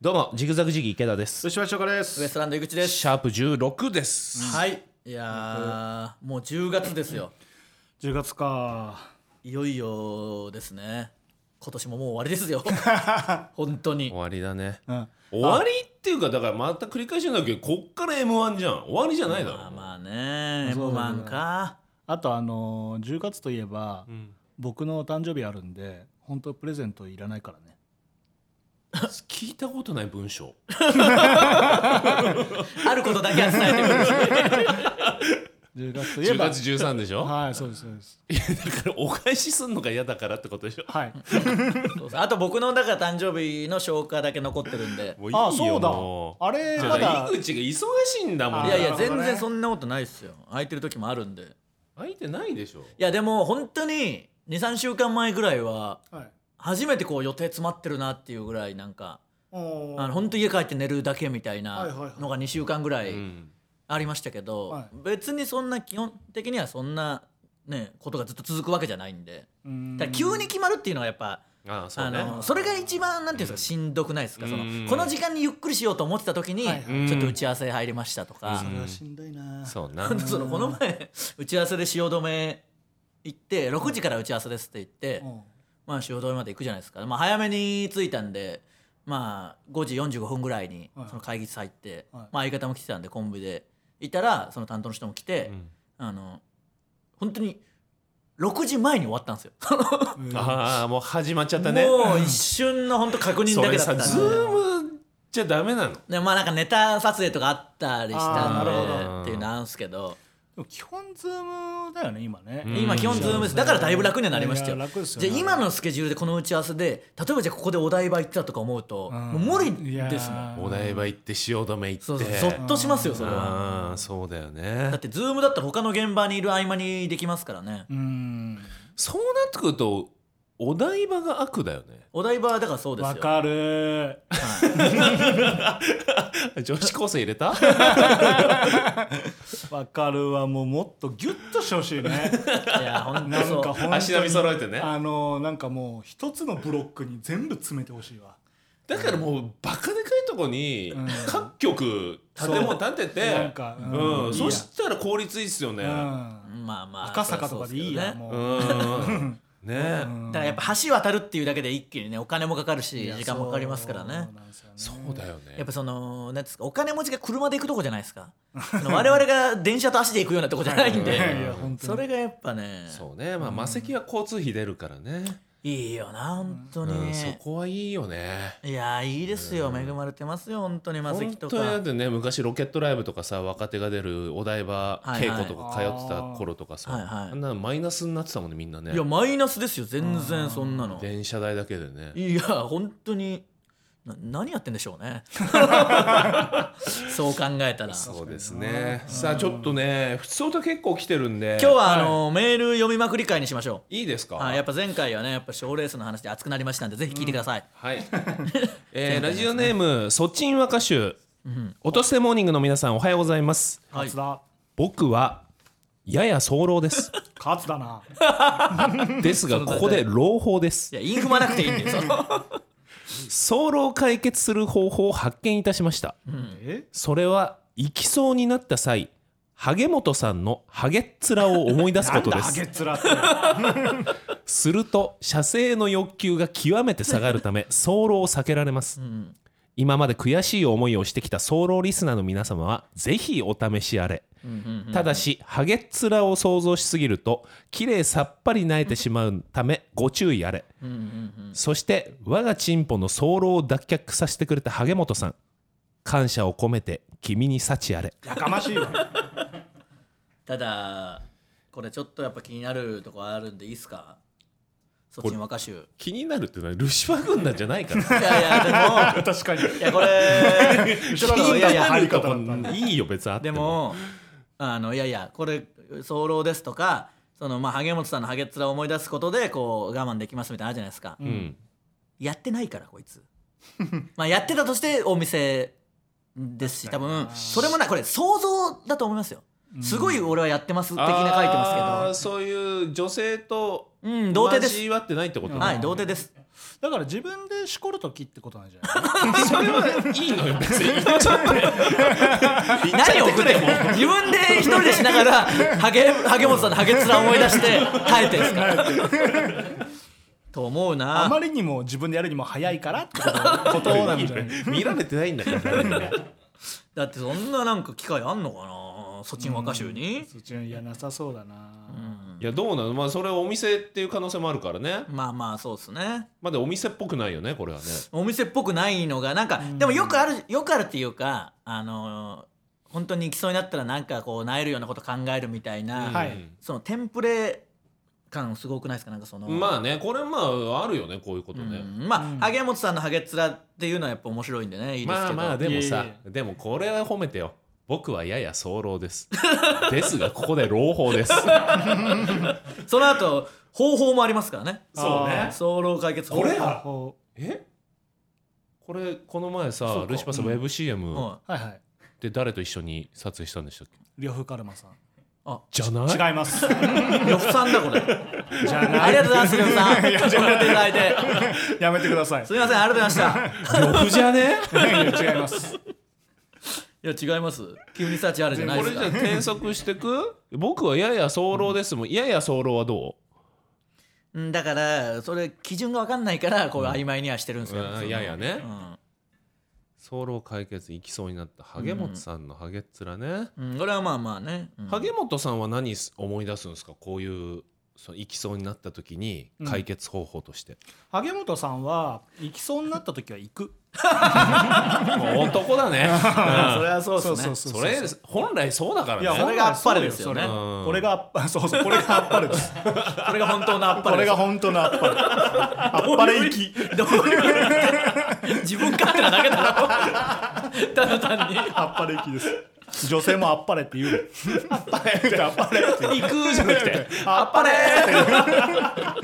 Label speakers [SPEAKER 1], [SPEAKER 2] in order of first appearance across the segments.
[SPEAKER 1] どうもジグザグジギー池田です
[SPEAKER 2] 吉村翔子で
[SPEAKER 3] ウエス
[SPEAKER 2] す
[SPEAKER 3] トランド井口です
[SPEAKER 1] シャープ16です
[SPEAKER 3] はいいやーもう10月ですよ
[SPEAKER 2] 10月か
[SPEAKER 3] いよいよですね今年ももう終わりです よ本当に
[SPEAKER 1] 終わりだね、
[SPEAKER 2] ん
[SPEAKER 1] 終わりっていうかだからまた繰り返しになるけどこっから m 1じゃん終わりじゃないだろ、
[SPEAKER 3] まあまあね
[SPEAKER 2] そう
[SPEAKER 3] m
[SPEAKER 2] だね
[SPEAKER 3] 1か
[SPEAKER 2] あとあのー10月といえば、僕のお誕生日あるんで本当プレゼントいらないからね
[SPEAKER 1] 聞いたことない文章
[SPEAKER 3] あることだけは伝えてくる
[SPEAKER 2] 10月といえ
[SPEAKER 1] 10
[SPEAKER 2] ば
[SPEAKER 1] 月13でしょ
[SPEAKER 2] はいそうですそうです
[SPEAKER 1] いやだからお返しすんのが嫌だからってことでしょ
[SPEAKER 2] はい
[SPEAKER 3] そうそうあと僕のだから誕生日の消化だけ残ってるんで
[SPEAKER 1] もういいよ
[SPEAKER 2] あそうだ
[SPEAKER 1] もう
[SPEAKER 2] あれ
[SPEAKER 1] じゃ
[SPEAKER 2] まだ
[SPEAKER 1] あ井口が忙しいんだもん
[SPEAKER 2] あ
[SPEAKER 3] い
[SPEAKER 2] ー
[SPEAKER 3] やい
[SPEAKER 2] な
[SPEAKER 3] や
[SPEAKER 2] るほど
[SPEAKER 3] 全
[SPEAKER 2] ね
[SPEAKER 3] 然そんなことないっすよ空いてる時もあるんでい
[SPEAKER 1] 空いてないでしょ
[SPEAKER 3] やでも本当に23週間前ぐらいは
[SPEAKER 2] はい
[SPEAKER 3] 初めてこう予定詰まってるなっていうぐらいなんか
[SPEAKER 2] おー
[SPEAKER 3] あの本当家帰って寝るだけみたい
[SPEAKER 2] はいはいは
[SPEAKER 3] ないのが2週間ぐらい
[SPEAKER 1] うん
[SPEAKER 3] ありましたけど、
[SPEAKER 2] はい
[SPEAKER 3] 別にそんな基本的にはそんなねことがずっと続くわけじゃないんで
[SPEAKER 2] うーん
[SPEAKER 3] ただ急に決まるっていうのはやっぱ
[SPEAKER 1] ああそう
[SPEAKER 3] あ
[SPEAKER 1] ね
[SPEAKER 3] のそれが一番なんていうんですかしんどくないですかその
[SPEAKER 1] うん
[SPEAKER 3] この時間にゆっくりしようと思ってた時に
[SPEAKER 2] はいはい
[SPEAKER 3] ちょっと打ち合わせ入りましたとか
[SPEAKER 2] それはしんどいな
[SPEAKER 1] そう な
[SPEAKER 3] 本当そのこの前打ち合わせで汐留行って6時から打ち合わせですって言って。
[SPEAKER 2] うん
[SPEAKER 3] まあ汐留まで行くじゃないですか、まあ、早めに着いたんで、まあ、5時45分ぐらいに
[SPEAKER 2] はい
[SPEAKER 3] その会議室入って、
[SPEAKER 2] はい
[SPEAKER 3] まあ、相方も来てたんでコンビでいたらその担当の人も来て、
[SPEAKER 1] うん
[SPEAKER 3] あの本当に6時前に終わったんですよ、
[SPEAKER 1] ああもう始まっちゃったね
[SPEAKER 3] もう一瞬の本当確認
[SPEAKER 1] そ
[SPEAKER 3] だ
[SPEAKER 1] れ
[SPEAKER 3] けだった
[SPEAKER 1] さ
[SPEAKER 3] んで
[SPEAKER 1] ズームじゃダメなの
[SPEAKER 3] でまあなんかネタ撮影とかあったりしたん
[SPEAKER 2] あーな
[SPEAKER 1] るほど
[SPEAKER 3] でっていうのあるんですけど
[SPEAKER 2] でも基本ズームだよね今ね、
[SPEAKER 1] うん
[SPEAKER 3] 今基本ズームですだからだいぶ楽にはなりましたよ
[SPEAKER 2] いや楽ですよ
[SPEAKER 3] じ
[SPEAKER 2] ね
[SPEAKER 3] ゃあ今のスケジュールでこの打ち合わせで例えばじゃあここでお台場行ってたとか思うと、
[SPEAKER 2] うん
[SPEAKER 3] もう無理ですも
[SPEAKER 2] い
[SPEAKER 3] ん
[SPEAKER 2] やー
[SPEAKER 1] お台場行って汐留行って
[SPEAKER 3] そうそうゾッとしますよそれは。
[SPEAKER 1] ああそうだよ
[SPEAKER 3] だ
[SPEAKER 1] ね
[SPEAKER 3] ってズームだったら他の現場にいる合間にできますからね
[SPEAKER 2] うーん
[SPEAKER 1] そうなってくるとお台場が悪だよね
[SPEAKER 3] お台場はだからそうです
[SPEAKER 2] わ
[SPEAKER 3] よ
[SPEAKER 2] かる
[SPEAKER 1] 女子高生入れた
[SPEAKER 2] わかるわもうもっとギュッとしてほしいね
[SPEAKER 3] いやほんと
[SPEAKER 2] なん
[SPEAKER 3] そう
[SPEAKER 2] か本当に
[SPEAKER 1] 足並み揃えてね
[SPEAKER 2] あのなんかもう一つのブロックに全部詰めてほしいわ
[SPEAKER 1] だからもうバカでかいとこに
[SPEAKER 2] うん
[SPEAKER 1] 各局建物建てて
[SPEAKER 2] なんかう
[SPEAKER 1] うん
[SPEAKER 2] いいや
[SPEAKER 1] そしたら効率いいっすよね
[SPEAKER 2] う
[SPEAKER 3] うん
[SPEAKER 2] ん
[SPEAKER 3] まあまあ
[SPEAKER 2] 赤坂とかでいいや
[SPEAKER 3] そうすけどね
[SPEAKER 2] も
[SPEAKER 1] う
[SPEAKER 2] うん
[SPEAKER 1] ね
[SPEAKER 2] うん
[SPEAKER 3] だからやっぱ橋渡るっていうだけで一気にねお金もかかるし
[SPEAKER 2] いや
[SPEAKER 3] 時間もかかりますからね
[SPEAKER 2] そうなんですよね
[SPEAKER 1] そうだよ
[SPEAKER 3] や
[SPEAKER 1] ね
[SPEAKER 3] っぱそのなんですかお金持ちが車で行くとこじゃないですかその我々が電車と足で行くようなとこじゃないん
[SPEAKER 2] いやい
[SPEAKER 3] で
[SPEAKER 2] や本当
[SPEAKER 3] そ
[SPEAKER 2] に
[SPEAKER 3] れがやっぱね
[SPEAKER 1] そうねまあ魔石は交通費出るからね
[SPEAKER 3] いいよな本当
[SPEAKER 1] う
[SPEAKER 3] に
[SPEAKER 1] んそこはいいよね
[SPEAKER 3] いやいいですよ恵まれてますよ本当にマセ
[SPEAKER 1] 本
[SPEAKER 3] キと
[SPEAKER 1] 当にだっ
[SPEAKER 3] か
[SPEAKER 1] てね昔ロケットライブとかさ若手が出るお台場稽古とか通ってた頃とかさ、
[SPEAKER 3] はいはい
[SPEAKER 1] あんなのマイナスになってたもんねみんなね
[SPEAKER 3] いやマイナスですよ全然そんなの
[SPEAKER 1] 電車代だけでね
[SPEAKER 3] いや本当にな何やってんでしょう ねそう考えたら今
[SPEAKER 1] そうですねさあちょっとね普通と結構来てるんで
[SPEAKER 3] 日はあの、メール読みまくり会にしましょ
[SPEAKER 1] いいですか
[SPEAKER 3] うはいやっぱ前回はねやっぱ賞レースの話で熱くなりましたんでぜひ聞いてください、
[SPEAKER 1] はい、えーラジオネームそちんわ歌手落とせモーニングの皆さんおはようございます
[SPEAKER 3] はい
[SPEAKER 2] 勝田
[SPEAKER 1] 僕はやや早漏です
[SPEAKER 2] 勝だな
[SPEAKER 1] ですがここで朗報です
[SPEAKER 3] いやインフマなくていいんでそ の
[SPEAKER 1] 早漏を解決する方法を発見いたしました
[SPEAKER 2] え
[SPEAKER 1] それは行きそうになった際ハゲモトさんのハゲっ面を思い出す
[SPEAKER 2] な
[SPEAKER 1] こと
[SPEAKER 2] んだ
[SPEAKER 1] で
[SPEAKER 2] ハゲ
[SPEAKER 1] す
[SPEAKER 2] っ面って
[SPEAKER 1] すると射精の欲求が極めて下がるた め早漏を避けられます、今まで悔しい思いをしてきた早漏リスナーの皆様はぜひお試しあれ、ただしハゲっ面を想像しすぎると綺麗さっぱり泣いてしまうためご注意あれ、そして我がチンポの早漏を脱却させてくれたハゲモトさん感謝を込めて君に幸あれ
[SPEAKER 2] やかましいわ
[SPEAKER 3] ただこれちょっとやっぱ気になるとこあるんでいいっすかそっちに若衆い
[SPEAKER 1] 気になるってのはルシファ軍団じゃないから
[SPEAKER 3] や い やで も
[SPEAKER 2] 確かに
[SPEAKER 3] いやこれ
[SPEAKER 2] 後ろのいやいや入り方だった
[SPEAKER 1] いいよ別にあって
[SPEAKER 3] でもあのいやいやこれ早漏ですとかそのまあ萩本さんのハゲっ面を思い出すことでこう我慢できますみたいなのあるじゃないですか、
[SPEAKER 1] うん
[SPEAKER 3] やってないからこいつ まあやってたとしてお店ですし多分それもないこれ想像だと思いますよ、すごい俺はやってます的な書いてますけ
[SPEAKER 1] すけどそういう女性と
[SPEAKER 3] うん童貞です
[SPEAKER 1] 交わってないってことね
[SPEAKER 3] どはい童貞です
[SPEAKER 2] だから自分でしこるときってことなんじゃない
[SPEAKER 1] それはいいのよ別 にちょっと
[SPEAKER 3] 何を送っても自分で一人でしながらハゲハゲモトさんのハゲツラ思い出して耐えてるんですからと思う
[SPEAKER 2] あま
[SPEAKER 3] な
[SPEAKER 2] りにも自分でやるにも早いからってことことなんじゃない
[SPEAKER 1] 見られてないんだ からね
[SPEAKER 3] だってそんななんか機会あんのかなソチン和歌集に
[SPEAKER 2] そっちのいやなさそうだな、
[SPEAKER 1] いやどうなのまあそれはお店っていう可能性もあるからね
[SPEAKER 3] まあまあそうですね
[SPEAKER 1] まだお店っぽくないよねこれはね
[SPEAKER 3] お店っぽくないのがなんかでもよくあるよくあるっていうかあのー本当に行きそうになったらなんかこうなえるようなこと考えるみたいな、
[SPEAKER 2] はい
[SPEAKER 1] うん
[SPEAKER 3] そのテンプレ感すごくないですかなんかその
[SPEAKER 1] まあねこれまああるよねこういうことね、
[SPEAKER 3] うんまあ、ハゲモトさんのハゲツラっていうのはやっぱ面白いんでねいいです
[SPEAKER 1] まあ
[SPEAKER 3] けど、
[SPEAKER 1] まあでも
[SPEAKER 2] い
[SPEAKER 1] さ
[SPEAKER 2] えい
[SPEAKER 1] でもこれは褒めてよ僕はやや早漏です ですがここで朗報です
[SPEAKER 3] その後方法もありますからね
[SPEAKER 1] そうね
[SPEAKER 3] 早漏解決法
[SPEAKER 1] これや
[SPEAKER 2] は
[SPEAKER 1] えこれこの前
[SPEAKER 2] そ
[SPEAKER 1] さ
[SPEAKER 2] うか
[SPEAKER 1] ルシファーさんウェブ CM
[SPEAKER 3] はい
[SPEAKER 2] はい
[SPEAKER 1] で誰と一緒に撮影したんでしたっけ
[SPEAKER 2] 呂布カルマさん
[SPEAKER 1] じゃない
[SPEAKER 2] 違い ます
[SPEAKER 3] い呂布さんだこれ
[SPEAKER 2] じゃな
[SPEAKER 3] あ
[SPEAKER 2] い
[SPEAKER 3] りがとうございます呂布さん褒めていただいて
[SPEAKER 2] やめてください
[SPEAKER 3] すみませんありがとうございました
[SPEAKER 1] 呂布じゃね
[SPEAKER 2] いや違います
[SPEAKER 3] いや違います急にサーチあるじゃない
[SPEAKER 1] こ
[SPEAKER 3] で
[SPEAKER 1] れ
[SPEAKER 3] す
[SPEAKER 1] じ
[SPEAKER 3] か
[SPEAKER 1] ゃあ 転測してく僕はやや早漏ですもんやや早漏はど
[SPEAKER 3] うんだからそれ基準が分かんないからこう曖昧にはしてるんです
[SPEAKER 1] う
[SPEAKER 3] よ、
[SPEAKER 1] うん
[SPEAKER 3] その
[SPEAKER 1] ややね
[SPEAKER 3] うん
[SPEAKER 1] 早漏解決いきそうになった萩本さんのハゲっ面ね、
[SPEAKER 3] うん、俺はまあまあね、うん
[SPEAKER 1] 萩本さんは何す思い出すんですかこういうその行きそうになった時に
[SPEAKER 2] うん
[SPEAKER 1] 解決方法として、
[SPEAKER 2] 萩本さんは行きそうになった時は行く
[SPEAKER 1] もう男だね、
[SPEAKER 3] それはそうですね
[SPEAKER 1] うんそれ本来そうだから
[SPEAKER 2] い
[SPEAKER 1] ね
[SPEAKER 2] や
[SPEAKER 3] それがあっぱれですよね
[SPEAKER 2] それ
[SPEAKER 1] うん
[SPEAKER 2] これがあっ ぱそうそうこれがあっぱれです
[SPEAKER 3] これが本当のあっぱ
[SPEAKER 2] これ
[SPEAKER 3] れです
[SPEAKER 2] が本当のあっぱれあっぱれ行き
[SPEAKER 3] どういう 自分勝手なだけだろただ単に
[SPEAKER 2] あっぱれ行きです女性もあっぱれって言うあっぱれってあっぱれって
[SPEAKER 3] 行くじゃなくて
[SPEAKER 2] あ
[SPEAKER 3] あっぱれ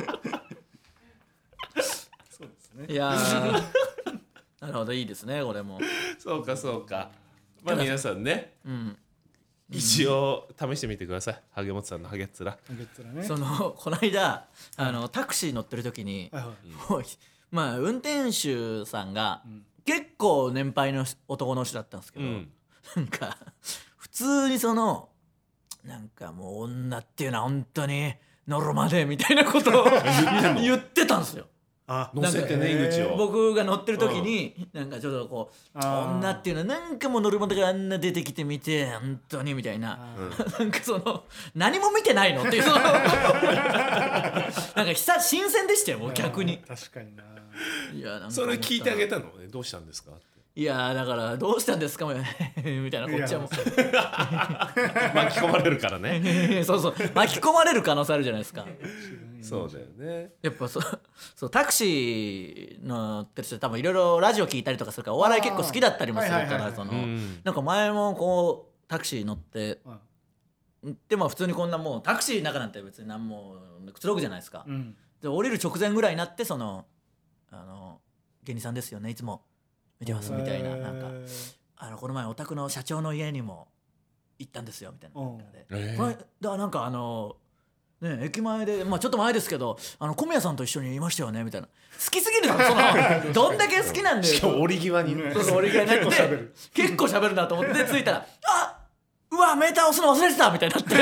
[SPEAKER 3] いやーなるほどいいですねこれも
[SPEAKER 1] そうかそうかまあ皆さんね、一応試してみてください萩本さんのハゲっ面
[SPEAKER 3] そのこの間あのタクシー乗ってる時に、もうまあ運転手さんが、結構年配の男の人だったんですけ
[SPEAKER 1] う
[SPEAKER 3] ど、
[SPEAKER 1] ん
[SPEAKER 3] なんか普通にそのなんかもう女っていうのは本当にノロまでみたいなことを言ってたんですよ。
[SPEAKER 2] あ
[SPEAKER 1] 乗せてね
[SPEAKER 2] なん
[SPEAKER 1] 井
[SPEAKER 2] か
[SPEAKER 1] 口を
[SPEAKER 3] 僕が乗ってる時に、なんかちょっとこう
[SPEAKER 2] あー
[SPEAKER 3] 女っていうのはなんかもうノルマだからあんな出てきてみて本当にみたいな、 なんかその何も見てないのっていうそのなんか久新鮮でしたよもう 逆に
[SPEAKER 2] 確かにない
[SPEAKER 3] やなんか
[SPEAKER 1] それ聞いてあげ
[SPEAKER 3] た
[SPEAKER 1] たのねどうしたんですかって
[SPEAKER 3] いやだからどうしたんですかもう みたいなこっちはもう
[SPEAKER 1] 巻き込まれるからね
[SPEAKER 3] そうそう巻き込まれる可能性あるじゃないですか
[SPEAKER 1] そうだよね
[SPEAKER 3] やっぱそうそうタクシー乗ってる人多分いろいろラジオ聞いたりとかするからお笑い結構好きだったりもするか
[SPEAKER 2] はいはいはいは
[SPEAKER 3] ら
[SPEAKER 2] い
[SPEAKER 3] その
[SPEAKER 1] うん
[SPEAKER 3] なんか前もこうタクシー乗って
[SPEAKER 2] うん
[SPEAKER 3] でまあ普通にこんなもうタクシーの中なんて別に何もくつろぐじゃないですか
[SPEAKER 2] うん
[SPEAKER 3] で降りる直前ぐらいになってそのあの芸人さんですよねいつも見てますみたいななんかあのこの前お宅の社長の家にも行ったんですよみたいな
[SPEAKER 2] うん
[SPEAKER 3] で
[SPEAKER 1] えー
[SPEAKER 3] これだなんかあのね駅前でまあちょっと前ですけどあの小宮さんと一緒にいましたよねみたいな好きすぎるだ ろそのどんだけ好きなんだよ
[SPEAKER 1] しかも折り際に
[SPEAKER 2] うん
[SPEAKER 3] そうそう俺がいなくて結構喋るなと思って着いたら「あうわメーター押すの忘れてた」みたいになって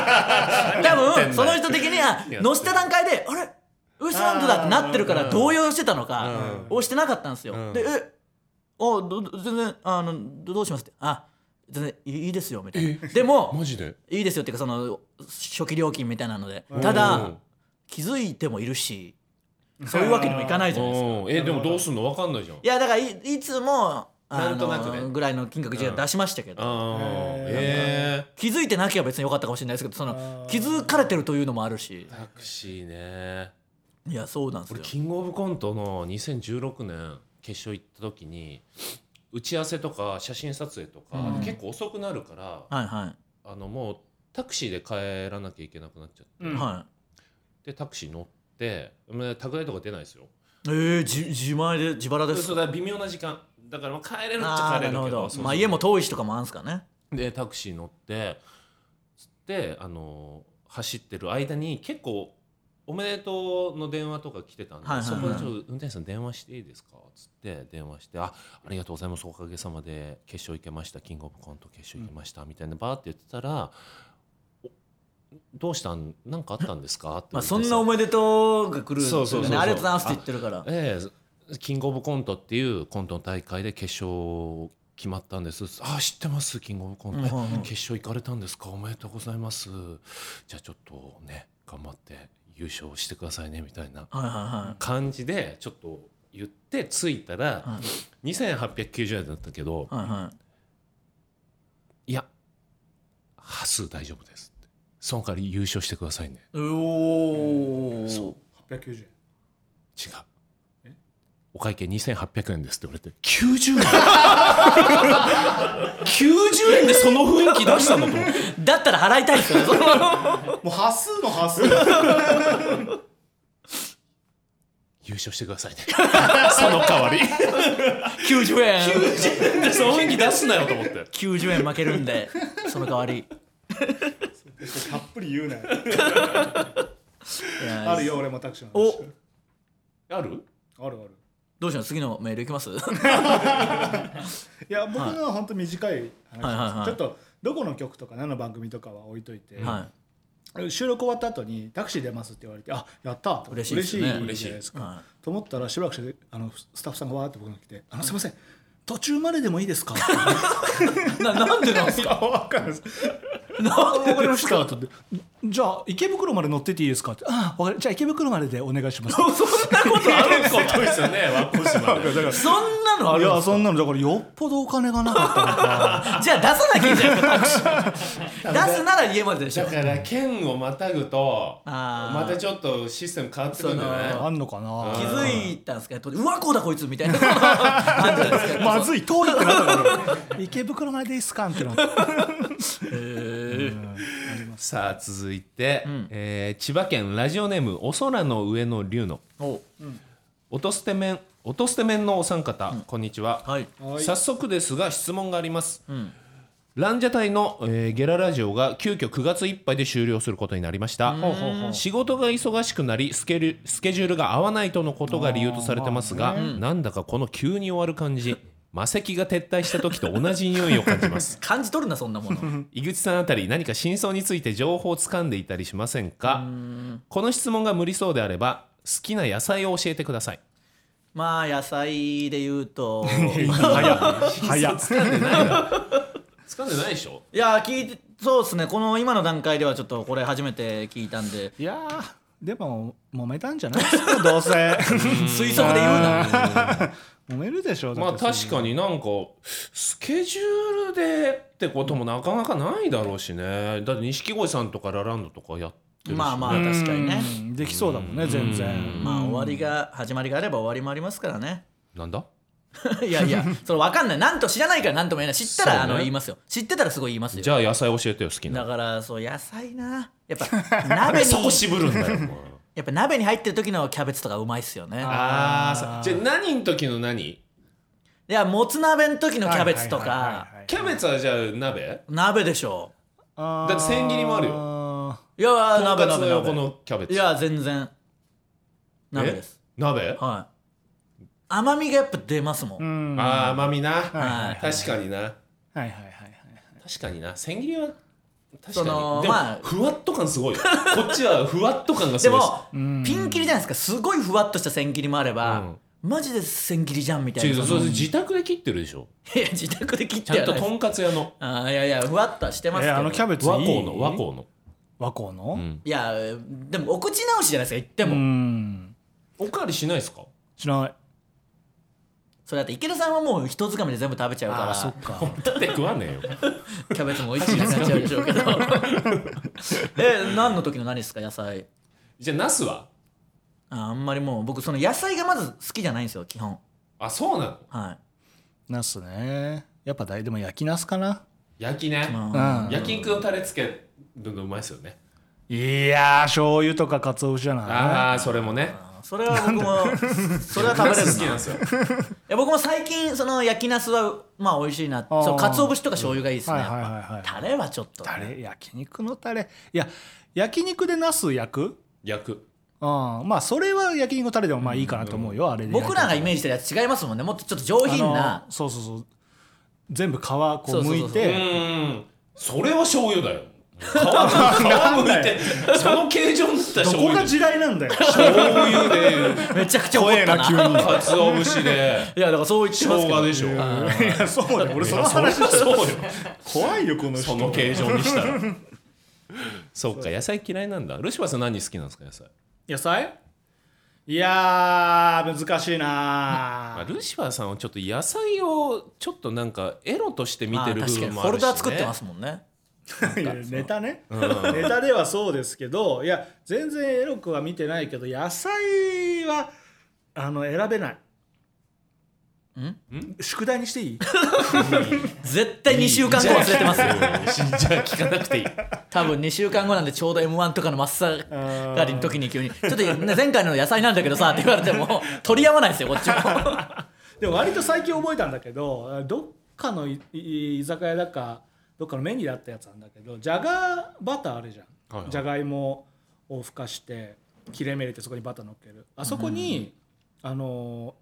[SPEAKER 3] 多分その人的には
[SPEAKER 1] る
[SPEAKER 3] 乗した段階で「あれウエストランドだ」ってなってるから動揺してたのか
[SPEAKER 1] うん
[SPEAKER 3] 押してなかったんですよ。
[SPEAKER 1] うん
[SPEAKER 3] で「えあどど全然あのどどうします?」って「あ全然いいいいですよ」みたいな。でも
[SPEAKER 1] マジで
[SPEAKER 3] いいですよっていうかその初期料金みたいなので
[SPEAKER 2] ん
[SPEAKER 3] た
[SPEAKER 1] う
[SPEAKER 3] だ
[SPEAKER 1] ん
[SPEAKER 3] 気づいてもいるしそういうわけにもいかないじゃないですか。
[SPEAKER 1] うんえでもどうすんのわかんないじゃん
[SPEAKER 3] いやだからいいつもあ
[SPEAKER 1] なんとなくね
[SPEAKER 3] のぐらいの金額出しましたけど、
[SPEAKER 1] あーえ
[SPEAKER 2] え
[SPEAKER 3] 気づいてなきゃ別に良かったかもしれないですけどその気づかれてるというのもあるし
[SPEAKER 1] ータクシーね
[SPEAKER 3] いやそうなんです
[SPEAKER 1] 俺
[SPEAKER 3] よ。
[SPEAKER 1] キングオブコントの2016年決勝行った時に打ち合わせとか写真撮影とか、
[SPEAKER 2] うん
[SPEAKER 1] 結構遅くなるから
[SPEAKER 3] はいは
[SPEAKER 1] あのもうタクシーで帰らなきゃいけなくなっちゃって
[SPEAKER 2] う
[SPEAKER 3] い、
[SPEAKER 2] ん
[SPEAKER 3] は
[SPEAKER 1] でタクシー乗ってまあ宅配とか出ないですよ
[SPEAKER 3] い、えー、じ自前で自腹です
[SPEAKER 1] そうだから微妙な時間だからまあ帰れるっちゃ帰れるけどそうそう
[SPEAKER 3] まあ家も遠いしとかもあるんすかね
[SPEAKER 1] でタクシー乗ってつってあの走ってる間に結構おめでとうの電話とか来てたんで、
[SPEAKER 3] はいはいはい
[SPEAKER 1] そこでちょっと運転手さん電話していいですかっつって電話して「あありがとうございますおかげさまで決勝行けましたキングオブコント決勝行けました」みたいなバーって言ってたら「おどうしたんなんかあったんですか?」って
[SPEAKER 3] まあ
[SPEAKER 1] 運転手さ
[SPEAKER 3] そんなおめでとうが来るんですよ
[SPEAKER 1] そうそうそうそう
[SPEAKER 3] ねありがとうございますって言ってるから
[SPEAKER 1] ええキングオブコントっていうコントの大会で決勝決まったんです。あ知ってます、キングオブコント。
[SPEAKER 3] うんうんうん
[SPEAKER 1] 決勝行かれたんですか、おめでとうございます。じゃあちょっとね、頑張って優勝してくださいねみたいな
[SPEAKER 3] はいは
[SPEAKER 1] 感じで、ちょっと言って着いたら、
[SPEAKER 3] いはい
[SPEAKER 1] 2890円だったけど、
[SPEAKER 3] はいはい
[SPEAKER 1] いや、端数大丈夫ですって。その代わり優勝してくださいね。
[SPEAKER 3] おお
[SPEAKER 1] そ
[SPEAKER 2] 890円
[SPEAKER 1] 違う
[SPEAKER 2] え。
[SPEAKER 1] お会計2800円ですって言われて90円90円でその雰囲気出したのと思って
[SPEAKER 3] だったら払いたいですよねその
[SPEAKER 2] もう端数の端数
[SPEAKER 1] 優勝してくださいね その代わり
[SPEAKER 3] 90円
[SPEAKER 1] 90円でその雰囲気出すなよと思って
[SPEAKER 3] 90円負けるんでその代わり
[SPEAKER 2] たっぷり言うな よ
[SPEAKER 3] いや
[SPEAKER 2] あるよ俺もタクシーの
[SPEAKER 3] お
[SPEAKER 2] 話
[SPEAKER 1] ある
[SPEAKER 2] あるある
[SPEAKER 3] どうしよう次のメールいきま すは
[SPEAKER 2] い
[SPEAKER 3] い
[SPEAKER 2] や僕のは本当短い話です、
[SPEAKER 3] はいはいはい
[SPEAKER 2] ちょっとどこの曲とか何の番組とかは置いといて、
[SPEAKER 3] は
[SPEAKER 2] 収録終わった後にタクシー出ますって言われてあやったと
[SPEAKER 3] 嬉しいですね
[SPEAKER 2] 嬉しいじゃないですか、
[SPEAKER 3] 嬉しいは
[SPEAKER 2] と思ったらしばらくしてあのスタッフさんがわーって僕に来て「あのすいません途中まででもいいですか?」って
[SPEAKER 3] い ななんでなんです
[SPEAKER 2] 言
[SPEAKER 3] か
[SPEAKER 2] わかんないです
[SPEAKER 3] なんで
[SPEAKER 2] わかりました」って言ってじゃあ池袋まで乗ってっていいですか?」って「ああわかりじゃあ池袋まででお願いします」
[SPEAKER 3] そんなことあ るんですか
[SPEAKER 1] そうですよ ね和光市まで
[SPEAKER 3] そんなのあ
[SPEAKER 2] い
[SPEAKER 3] るん
[SPEAKER 2] や
[SPEAKER 3] ですか
[SPEAKER 2] そんなのだからよっぽどお金がなかったのか
[SPEAKER 3] じゃあ出さなきゃいいじゃないですか タクシー出すなら家まででしょ
[SPEAKER 1] だから県をまたぐと
[SPEAKER 3] あー
[SPEAKER 1] またちょっとシステム変わってくるんじゃない
[SPEAKER 2] あんのかな
[SPEAKER 3] 気づいたんですかねうわこうだこいつみたいな なんじゃないですか
[SPEAKER 2] まずい遠いってなったから池袋までですかんってなった
[SPEAKER 1] さあ続いて、えー千葉県ラジオネームお空の上の龍の
[SPEAKER 3] お
[SPEAKER 1] 音捨て面音捨て面のお三方、こんにちは、
[SPEAKER 3] はい
[SPEAKER 2] はい
[SPEAKER 1] 早速ですが質問があります、ランジャタイの、えーゲララジオが急遽9月いっぱいで終了することになりました仕事が忙しくなりスケルスケジュールが合わないとのことが理由とされてますが、なんだかこの急に終わる感じ魔石が撤退した時と同じ匂いを感じます
[SPEAKER 3] 感じ取るなそんなもの
[SPEAKER 1] 井口さんあたり何か真相について情報をつかんでいたりしませんかこの質問が無理そうであれば好きな野菜を教えてください
[SPEAKER 3] まあ野菜で言 うと
[SPEAKER 2] 早っ
[SPEAKER 1] つかんでないでしょ
[SPEAKER 3] いや聞いてそうですねこの今の段階ではちょっとこれ初めて聞いたんで
[SPEAKER 2] いやーでも揉めたんじゃないですかどうせ
[SPEAKER 3] 推測で言うな
[SPEAKER 2] 揉めるでしょ
[SPEAKER 1] まあ確か
[SPEAKER 2] に
[SPEAKER 1] になんかスケジュールでってこともなかなかないだろうしねだって錦鯉さんとかラランドとかやってるし、ね、
[SPEAKER 3] まあまあ確かにね
[SPEAKER 2] できそうだもんね全然
[SPEAKER 3] まあ終わりが始まりがあれば終わりもありますからね
[SPEAKER 1] なんだ
[SPEAKER 3] いやいやそれ分かんないなんと知らないからなんとも言えない知ったら、
[SPEAKER 1] そう
[SPEAKER 3] あ
[SPEAKER 1] ね
[SPEAKER 3] の言いますよ知ってたらすごい言いますよ
[SPEAKER 1] じゃあ野菜教えてよ好き
[SPEAKER 3] だ
[SPEAKER 1] な
[SPEAKER 3] からそう野菜なやっ ぱ鍋に
[SPEAKER 1] そこ渋るんだよ
[SPEAKER 3] やっぱ鍋に入ってる時のキャベツとかうまいっすよね
[SPEAKER 1] あーさじゃあ何の時の何
[SPEAKER 3] いやもつ鍋の時のキャベツとか
[SPEAKER 1] キャベツはじゃあ鍋
[SPEAKER 3] 鍋でしょ
[SPEAKER 2] だ
[SPEAKER 1] だって千切りもあるよ
[SPEAKER 2] よ
[SPEAKER 3] いやー
[SPEAKER 1] とん
[SPEAKER 3] 鍋
[SPEAKER 1] かつの
[SPEAKER 3] 鍋
[SPEAKER 1] 横
[SPEAKER 3] 鍋
[SPEAKER 1] のキャベツ
[SPEAKER 3] いや全然
[SPEAKER 1] え
[SPEAKER 3] 鍋です
[SPEAKER 1] 鍋
[SPEAKER 3] はい甘みがやっぱ出ますもん、
[SPEAKER 2] うんはい
[SPEAKER 1] あー甘みな
[SPEAKER 3] はい
[SPEAKER 1] 確かにな
[SPEAKER 2] はいはいはい
[SPEAKER 1] 確かにな千切りは確か
[SPEAKER 3] そ
[SPEAKER 1] にで
[SPEAKER 3] の
[SPEAKER 1] も、
[SPEAKER 3] まあ
[SPEAKER 1] ふわっと感すごいよこっちはふわっと感がす
[SPEAKER 3] で
[SPEAKER 1] ごいし
[SPEAKER 3] もピン切りじゃないですかすごいふわっとした千切りもあれば、マジで千切りじゃんみたい
[SPEAKER 1] 違
[SPEAKER 3] な
[SPEAKER 1] う
[SPEAKER 3] そ
[SPEAKER 1] そ
[SPEAKER 3] の
[SPEAKER 1] れ
[SPEAKER 3] い
[SPEAKER 1] 自宅で切ってるでしょ
[SPEAKER 3] や自宅で切っ
[SPEAKER 1] ち
[SPEAKER 3] て
[SPEAKER 1] ゃ
[SPEAKER 3] や
[SPEAKER 1] んと
[SPEAKER 3] らない
[SPEAKER 1] とんかつ屋の
[SPEAKER 3] あーいやいやふわっとはしてますけ
[SPEAKER 2] え
[SPEAKER 3] ど、
[SPEAKER 2] あのキャベツいい
[SPEAKER 1] 和光の和光の
[SPEAKER 2] 和光の
[SPEAKER 1] ん
[SPEAKER 3] いやでもお口直しじゃないですか言っても、
[SPEAKER 2] うん
[SPEAKER 1] おかわりしないですか
[SPEAKER 2] しない
[SPEAKER 3] それだって池田さんはもう一づかみで全部食べちゃうから
[SPEAKER 2] あそっか
[SPEAKER 1] だって食わねえよ
[SPEAKER 3] キャベツも美味しいなくなっちゃうでしょうけどえ何の時の何ですか野菜
[SPEAKER 1] じゃあナスは
[SPEAKER 3] ああんまりもう僕その野菜がまず好きじゃないんですよ基本
[SPEAKER 1] あそうなの
[SPEAKER 3] は
[SPEAKER 2] ナスねやっぱ大でも焼きナスかな
[SPEAKER 1] 焼きね、
[SPEAKER 2] うん
[SPEAKER 1] 焼き肉のタレつけるのうまいですよね
[SPEAKER 2] いやー醤油とか鰹節じゃない
[SPEAKER 1] ああそれもね
[SPEAKER 3] いそれは僕もそれは
[SPEAKER 1] ナ
[SPEAKER 3] 食べれ
[SPEAKER 1] ス好き
[SPEAKER 3] る
[SPEAKER 1] なん
[SPEAKER 3] な
[SPEAKER 1] ですよ
[SPEAKER 3] いや僕も最近その焼きナスはまあ美味しいな
[SPEAKER 2] ー
[SPEAKER 3] そう鰹節とか醤油がいいですね
[SPEAKER 2] はい
[SPEAKER 3] やっ
[SPEAKER 2] はいはい
[SPEAKER 3] ぱ
[SPEAKER 2] はい
[SPEAKER 3] タレはちょっと
[SPEAKER 2] タレ焼肉のタレいや焼肉でナス焼く
[SPEAKER 1] 焼く
[SPEAKER 2] ああまあそれは焼肉のタレでもまあいいかなと思うよ、あれで
[SPEAKER 3] 僕らがイメージしてるやつ違いますもんねもっとちょっと上
[SPEAKER 2] あ
[SPEAKER 3] 品
[SPEAKER 2] の
[SPEAKER 3] な
[SPEAKER 2] そうそうそう全部皮こう
[SPEAKER 3] そうそう
[SPEAKER 2] 剥
[SPEAKER 3] そう
[SPEAKER 2] い
[SPEAKER 1] ー
[SPEAKER 2] て
[SPEAKER 1] んそれは醤油だよ皮皮剥いてその形状になったら
[SPEAKER 2] ど
[SPEAKER 1] 醤
[SPEAKER 2] こが
[SPEAKER 1] 油
[SPEAKER 2] 地雷なんだよ
[SPEAKER 1] 醤油で
[SPEAKER 3] めちゃくちゃ怒ったな
[SPEAKER 2] 怖えな急に
[SPEAKER 1] 鰹節で
[SPEAKER 3] いやだからそう言ってま
[SPEAKER 1] 生
[SPEAKER 3] すけど
[SPEAKER 1] 姜でしょいや
[SPEAKER 2] いやそうだよ俺その
[SPEAKER 1] そりゃ
[SPEAKER 2] 話
[SPEAKER 1] そうよ
[SPEAKER 2] 怖いよこの人
[SPEAKER 1] その形状にしたらそっか野菜嫌いなんだルシファーさん何好きなんですか野菜
[SPEAKER 2] 野菜いやー難しいな
[SPEAKER 1] まあ
[SPEAKER 2] ー
[SPEAKER 1] ルシファーさんはちょっと野菜をちょっとなんかエロとして見
[SPEAKER 3] まあ
[SPEAKER 1] てる部
[SPEAKER 3] 確かに
[SPEAKER 1] 分
[SPEAKER 3] フ
[SPEAKER 1] もあ
[SPEAKER 3] ォ
[SPEAKER 1] る
[SPEAKER 3] ル
[SPEAKER 1] し、ね、
[SPEAKER 3] ダ作ってますもんね
[SPEAKER 2] いやネタね、ネタではそうですけどいや全然エロくは見てないけど野菜はあの選べない
[SPEAKER 3] ん
[SPEAKER 2] 宿題にしてい い
[SPEAKER 3] 絶対2週間後忘れてますよ
[SPEAKER 1] すよじゃあ聞かなくていい
[SPEAKER 3] 多分2週間後なんでちょうど m 1とかの真っ盛りの時に急に「ちょっとね前回の野菜なんだけどさ」って言われても 取り合わないですよこっちも
[SPEAKER 2] でも割と最近覚えたんだけどどっかのいい居酒屋だかどっかのメニューであったやつなんだけどじゃがバターあるじゃん、
[SPEAKER 1] はいはい
[SPEAKER 2] じゃがいもをふかして切れ目入れてそこにバター乗っけるあそこに、あの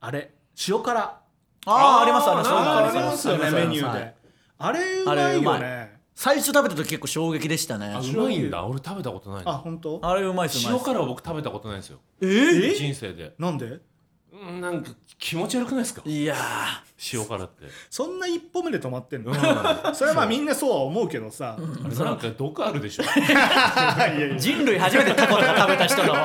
[SPEAKER 2] ーあれ塩辛
[SPEAKER 3] ああありますあります
[SPEAKER 1] そう
[SPEAKER 2] なんかあ
[SPEAKER 1] あ
[SPEAKER 2] りますよねメニューで、あれうまいよね
[SPEAKER 3] 最初食べた時結構衝撃でしたね
[SPEAKER 1] あうまいんだ俺食べたことない
[SPEAKER 2] あ
[SPEAKER 1] の
[SPEAKER 2] 本当
[SPEAKER 3] あれうまいっすう
[SPEAKER 1] 塩
[SPEAKER 3] まいっす
[SPEAKER 1] 辛は僕食べたことないんですよ
[SPEAKER 2] え
[SPEAKER 1] 人生で
[SPEAKER 2] なんで
[SPEAKER 1] うんなんか気持ち悪くないですか
[SPEAKER 3] いや
[SPEAKER 1] 塩辛って
[SPEAKER 2] そんな一歩目で止まってんの、
[SPEAKER 1] う
[SPEAKER 2] それはまあみんなそうは思うけどさ、
[SPEAKER 1] なんか毒あるでしょ
[SPEAKER 2] いやい
[SPEAKER 3] ー
[SPEAKER 2] や
[SPEAKER 3] 人類初めてタコとか食べた人の考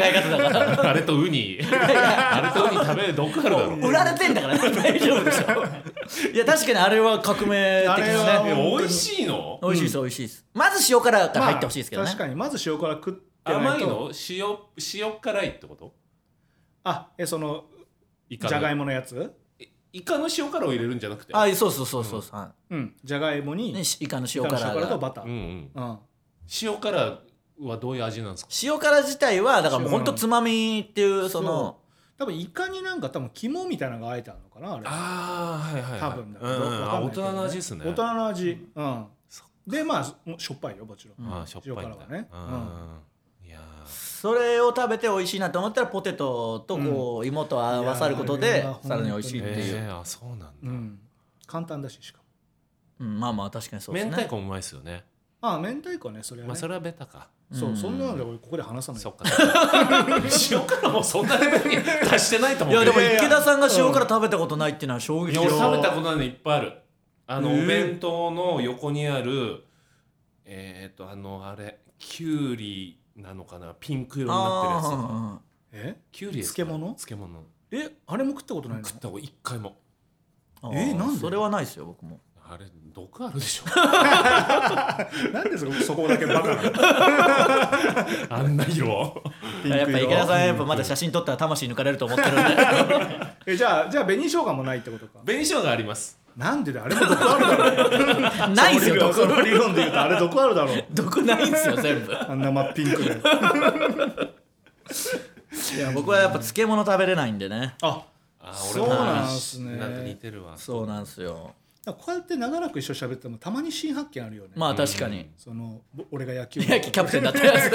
[SPEAKER 3] え方だから
[SPEAKER 1] あれとウニあれとウニ食べる毒あるだろ
[SPEAKER 3] 売られてんだから大丈夫でしょいや確かにあれは革命的です
[SPEAKER 2] あれ
[SPEAKER 3] ね
[SPEAKER 2] は
[SPEAKER 1] え美味しいの
[SPEAKER 3] 美味しいです美味しいですまず塩辛から入ってほしいですけど
[SPEAKER 2] ま
[SPEAKER 3] ね
[SPEAKER 2] あ、確かにまず塩辛食ってな
[SPEAKER 1] 甘
[SPEAKER 2] い
[SPEAKER 1] い
[SPEAKER 2] と
[SPEAKER 1] の塩塩辛いってこと
[SPEAKER 2] あえその
[SPEAKER 1] イカ
[SPEAKER 2] じゃがい
[SPEAKER 1] も
[SPEAKER 2] ものやつ
[SPEAKER 1] イカの塩辛を入れるんじゃなくて
[SPEAKER 3] あそうそうそうそうそう
[SPEAKER 2] うんじゃがいもに、
[SPEAKER 3] ねイカの
[SPEAKER 2] 塩
[SPEAKER 3] 塩辛
[SPEAKER 2] 辛と
[SPEAKER 3] が
[SPEAKER 2] バター、
[SPEAKER 1] う
[SPEAKER 2] うん
[SPEAKER 1] うんん塩辛はどういう味なんですか
[SPEAKER 3] 塩辛自体はだからもうほんとつまみっていうその
[SPEAKER 2] 多分イカになんか多分肝みたいなのがあえてあるのかなあれ
[SPEAKER 1] ああはいはいはい
[SPEAKER 2] 多分だけ
[SPEAKER 1] う
[SPEAKER 2] ど、
[SPEAKER 1] んうん
[SPEAKER 2] わ
[SPEAKER 1] あ
[SPEAKER 2] かんない
[SPEAKER 1] 大
[SPEAKER 2] けどね
[SPEAKER 1] 人の味ですね
[SPEAKER 2] 大人の味うん、
[SPEAKER 1] そっ
[SPEAKER 2] でまあもうしょっぱいよもちろん、
[SPEAKER 1] あーしょっぱいんだ
[SPEAKER 2] 塩辛はね
[SPEAKER 1] うんいやー
[SPEAKER 3] それを食べて美味しいなと思ったらポテトとこう芋と合わさること
[SPEAKER 2] いや
[SPEAKER 3] で
[SPEAKER 2] ーあれは
[SPEAKER 3] さらに美味しいってい
[SPEAKER 1] え
[SPEAKER 3] う
[SPEAKER 1] ーあそうなんだ
[SPEAKER 2] うん、簡単だししかも
[SPEAKER 3] うんまあまあ確かにそうです
[SPEAKER 1] 明太
[SPEAKER 3] ね
[SPEAKER 1] 子もうまいですよね
[SPEAKER 2] あ明太子ねそれはね、
[SPEAKER 1] まあそれはベタか
[SPEAKER 2] そう、そんなので俺ここで話さない
[SPEAKER 1] そっか 塩辛もそんなレベルに達してないと
[SPEAKER 3] い
[SPEAKER 1] 思う
[SPEAKER 3] や
[SPEAKER 1] け
[SPEAKER 3] で
[SPEAKER 1] ど
[SPEAKER 3] も
[SPEAKER 1] い
[SPEAKER 2] いやいや
[SPEAKER 3] 池田さんが塩辛食べたことないっていうのは衝撃
[SPEAKER 1] や
[SPEAKER 3] で
[SPEAKER 1] 俺
[SPEAKER 3] す
[SPEAKER 1] 食べたことないのいっぱいあるあの
[SPEAKER 2] えー
[SPEAKER 1] お弁当の横にあるえっとあのあれきゅうりなのかなピンク色になってるや
[SPEAKER 3] あ
[SPEAKER 2] え
[SPEAKER 1] つきゅうりですか
[SPEAKER 2] 漬物
[SPEAKER 1] 漬物
[SPEAKER 2] えあれも食ったことない の
[SPEAKER 1] 食ったこと一回も
[SPEAKER 3] ー
[SPEAKER 2] えなんで
[SPEAKER 3] それはないですよ僕も
[SPEAKER 1] あれ毒あるでしょ
[SPEAKER 2] なんでそこそこだけバカ なの
[SPEAKER 1] あんな 色
[SPEAKER 3] やっぱ池田さんはやっぱまだ写真撮ったら魂抜かれると思ってるんで
[SPEAKER 2] えじゃあじゃあ紅生姜もないってことか
[SPEAKER 1] 紅生姜あります
[SPEAKER 2] なんでだよあれも毒あるだろ
[SPEAKER 3] ないんですよ
[SPEAKER 2] そ
[SPEAKER 3] 毒
[SPEAKER 2] の理論で言うとあれ毒あるだろう
[SPEAKER 3] 毒ないんですよ全部
[SPEAKER 2] あんな真っピンクで
[SPEAKER 3] いや僕はやっぱ漬物食べれないんでね
[SPEAKER 2] あ
[SPEAKER 1] あ
[SPEAKER 2] そうなんすね
[SPEAKER 1] なんか似てるわ
[SPEAKER 3] そうなんですよ
[SPEAKER 2] だからこうやって長らく一緒に喋っててもたまに新発見あるよね、
[SPEAKER 3] まあ確かに
[SPEAKER 2] そのぼ俺が野球部
[SPEAKER 3] 野球キャプテン だったや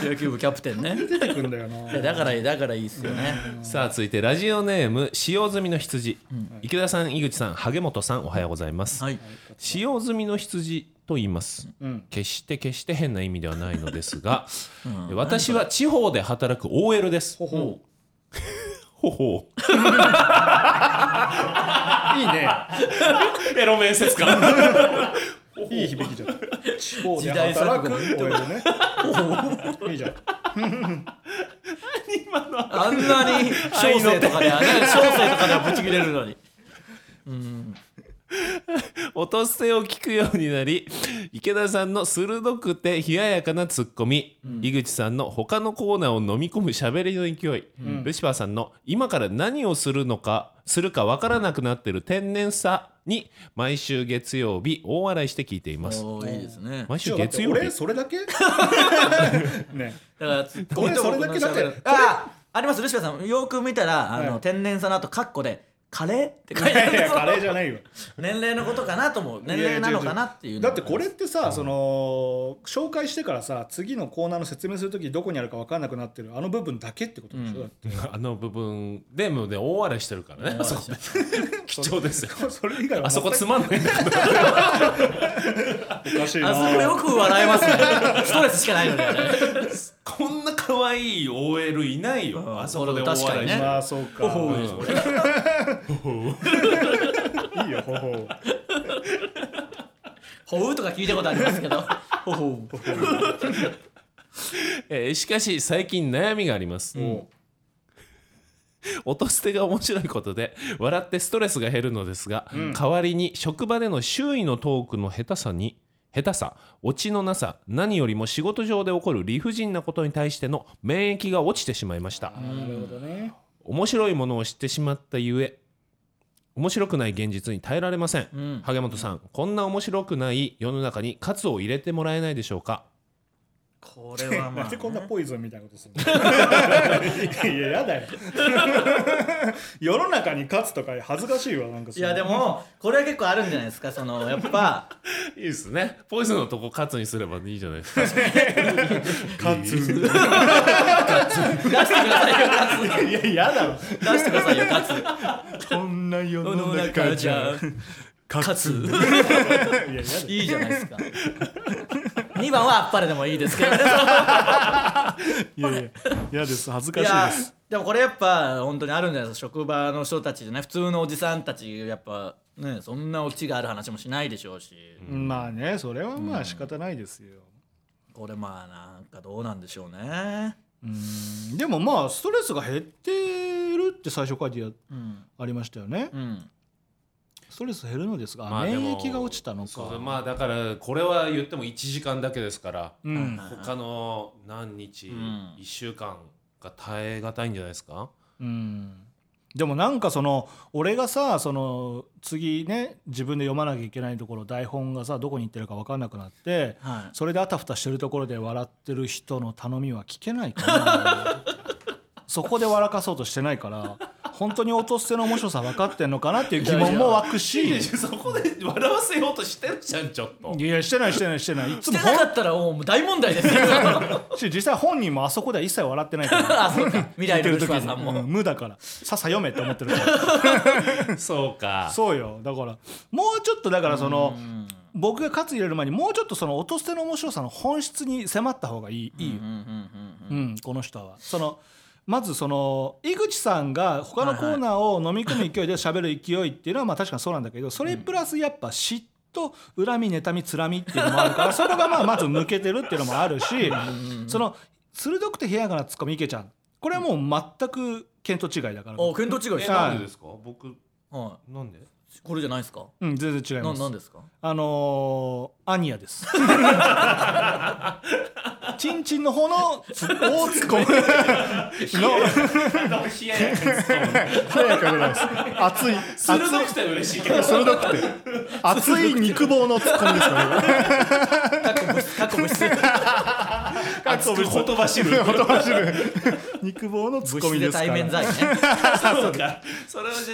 [SPEAKER 3] つ野球部キャプテンね
[SPEAKER 2] 出てくるんだよ
[SPEAKER 3] いや
[SPEAKER 2] な
[SPEAKER 3] だからだからいいっすよね
[SPEAKER 1] さあ続いてラジオネーム使用済みの羊、池田さん井口さん萩本さんおはようございます、
[SPEAKER 3] はい
[SPEAKER 1] 使用済みの羊と言います、
[SPEAKER 2] うん
[SPEAKER 1] 決して決して変な意味ではないのですが、私は地方で働く OL ですほ
[SPEAKER 2] ほ
[SPEAKER 1] ほほ
[SPEAKER 2] いいね
[SPEAKER 1] エロ面接官
[SPEAKER 2] いい響きじゃん地方
[SPEAKER 3] 時
[SPEAKER 2] で
[SPEAKER 3] 代錯
[SPEAKER 2] 働く
[SPEAKER 3] 誤の
[SPEAKER 2] 俺ねいいじゃん
[SPEAKER 3] あんなに小生とかではね小生とかではブチ切れるのに
[SPEAKER 1] 音捨てを聞くようになり池田さんの鋭くて冷ややかなツッコミ、井口さんの他のコーナーを飲み込む喋りの勢い、ルシファーさんの今から何をするのかするかわからなくなってる天然さに毎週月曜日大笑いして聞いています
[SPEAKER 3] おーいいですね
[SPEAKER 1] 毎
[SPEAKER 2] ち
[SPEAKER 1] 週
[SPEAKER 2] ょっと待っ
[SPEAKER 1] 月
[SPEAKER 2] て
[SPEAKER 1] 曜日
[SPEAKER 2] 俺それだけね
[SPEAKER 3] だからツッコミ
[SPEAKER 2] 俺
[SPEAKER 3] と
[SPEAKER 2] そ
[SPEAKER 3] 僕
[SPEAKER 2] れ
[SPEAKER 3] の
[SPEAKER 2] だけだって
[SPEAKER 3] 喋るああありますルシファーさんよく見たらあの天然さなとカッコでカレーって書 い
[SPEAKER 2] い
[SPEAKER 3] てあ
[SPEAKER 2] やい
[SPEAKER 3] る
[SPEAKER 2] やカレーじゃないよ
[SPEAKER 3] 年齢のことかなと思う年
[SPEAKER 2] いやいや
[SPEAKER 3] 齢なのかなっていうの
[SPEAKER 2] だってこれってさ、その紹介してからさ次のコーナーの説明する時どこにあるか分かんなくなってるあの部分だけってことでしょ、
[SPEAKER 3] うん
[SPEAKER 2] だって
[SPEAKER 1] あの部分でもうね大荒れしてるからねあそこ貴重ですよ
[SPEAKER 2] それ以外は
[SPEAKER 1] あそこつまんないんだけど
[SPEAKER 2] おかしいな
[SPEAKER 3] あそこよく笑えますねストレスしかないので、ね、
[SPEAKER 1] こんな可愛い OL いない
[SPEAKER 3] うん
[SPEAKER 1] よあそこで大
[SPEAKER 3] 確か
[SPEAKER 1] 笑い
[SPEAKER 3] にね
[SPEAKER 1] して
[SPEAKER 2] まあそうか
[SPEAKER 3] ほほうでしょこれ
[SPEAKER 2] いいよほほう
[SPEAKER 3] ほうとか聞いたことありますけどほほう
[SPEAKER 1] えーしかし最近悩みがあります、音捨てが面白いことで笑ってストレスが減るのですが、代わりに職場での周囲のトークの下手さに下手さオチのなさ何よりも仕事上で起こる理不尽なことに対しての免疫が落ちてしまいました
[SPEAKER 2] なるほどね
[SPEAKER 1] 面白いものを知ってしまったゆえ面白くない現実に耐えられません、
[SPEAKER 3] ん
[SPEAKER 1] 萩本さんこんな面白くない世の中に喝を入れてもらえないでしょうか
[SPEAKER 3] これはま
[SPEAKER 2] な
[SPEAKER 3] あ
[SPEAKER 2] ん
[SPEAKER 3] ね、
[SPEAKER 2] でこんなポイズンみたいなことするのいややだよ世の中に勝つとか恥ずかしいわなんかそ
[SPEAKER 3] い
[SPEAKER 2] の
[SPEAKER 3] やでもこれは結構あるんじゃないですかそのやっぱ
[SPEAKER 1] いいですねポイズンのとこ喝にすればいいじゃないですか
[SPEAKER 2] 勝つ
[SPEAKER 3] 出してくださいよ勝
[SPEAKER 2] いややだろ
[SPEAKER 3] つ出してくださいよ勝
[SPEAKER 2] こんな世
[SPEAKER 3] つ世の中じゃ勝つ
[SPEAKER 2] いややだ
[SPEAKER 3] いいじゃないですか2番はあっぱれでもいいですけどね
[SPEAKER 2] いやいや嫌です恥ず
[SPEAKER 3] いやでもこれやっぱ本当にあるんじゃないですか職場の人たちじゃない普通のおじさんたちやっぱねそんなオチがある話もしないでしょうし、
[SPEAKER 2] まあねそれはまあ仕方ないですよ、
[SPEAKER 3] これまあなんかどうなんでしょうね
[SPEAKER 2] うんでもまあストレスが減ってるって最初書いて
[SPEAKER 3] うん
[SPEAKER 2] ありましたよね、
[SPEAKER 3] うん
[SPEAKER 2] ストレス減るのですが、
[SPEAKER 1] まあでも
[SPEAKER 2] 免疫が落ちたのか
[SPEAKER 1] そうまあだからこれは言っても1時間だけですから、
[SPEAKER 2] うん
[SPEAKER 1] 他の何日、
[SPEAKER 3] ん
[SPEAKER 1] 1週間が耐え難いんじゃないですか
[SPEAKER 2] うんでもなんかその俺がさその次ね自分で読まなきゃいけないところ台本がさどこに行ってるか分かんなくなって、
[SPEAKER 3] はい
[SPEAKER 2] それであたふたしてるところで笑ってる人の頼みは聞けない からそこで笑かそうとしてないから本当に音捨ての面白さ分かってんのかなっていう疑問も湧くしいや い
[SPEAKER 1] そこで笑わせようとしてるじゃんちょっと
[SPEAKER 2] やしてないしてないしてないいつ
[SPEAKER 3] し
[SPEAKER 2] も
[SPEAKER 3] てな
[SPEAKER 2] 本
[SPEAKER 3] かったらもう大問題ですよ
[SPEAKER 2] し実際本人もあそこでは一切笑ってないから
[SPEAKER 3] あそうか未来のルシファーさんも、
[SPEAKER 2] うん無だからさっさ読めって思ってるか ら。
[SPEAKER 1] そうか
[SPEAKER 2] そうよだからもうちょっとだからその僕が喝入れる前にもうちょっとその音捨ての面白さの本質に迫った方がいい,、いいよ
[SPEAKER 3] うん、うんうん
[SPEAKER 2] うんこの人は。そのまずその井口さんが他のコーナーを飲み込む勢いで喋る勢いっていうのはまあ確かにそうなんだけどそれプラスやっぱ嫉妬恨み妬みつらみっていうのもあるからそこ がまあまず抜けてるっていうのもあるしその鋭くて冷やかなツッコミ池ちゃんこれはもう全く見当違いだから、
[SPEAKER 3] お見当違いで
[SPEAKER 1] え
[SPEAKER 3] す
[SPEAKER 2] さ
[SPEAKER 1] なんでですか僕
[SPEAKER 3] は
[SPEAKER 1] なん で
[SPEAKER 3] いこれじゃないですか
[SPEAKER 2] うん、全然違い
[SPEAKER 3] な
[SPEAKER 2] ま
[SPEAKER 3] な
[SPEAKER 2] す
[SPEAKER 3] ん。ですか
[SPEAKER 2] あのー、アニア です。チンチンの方のつ大ツッコミの 早くないです。熱い
[SPEAKER 1] 鋭くて嬉しいけど
[SPEAKER 2] 鋭くて熱い肉棒のツッコミですからね。
[SPEAKER 3] 過去物過去物質
[SPEAKER 1] 熱くほとばしる
[SPEAKER 2] 音走る肉棒のツッコ
[SPEAKER 3] 物
[SPEAKER 2] ミで
[SPEAKER 3] 質です
[SPEAKER 2] から。
[SPEAKER 3] 対面罪ね
[SPEAKER 1] そうかそれをじゃあ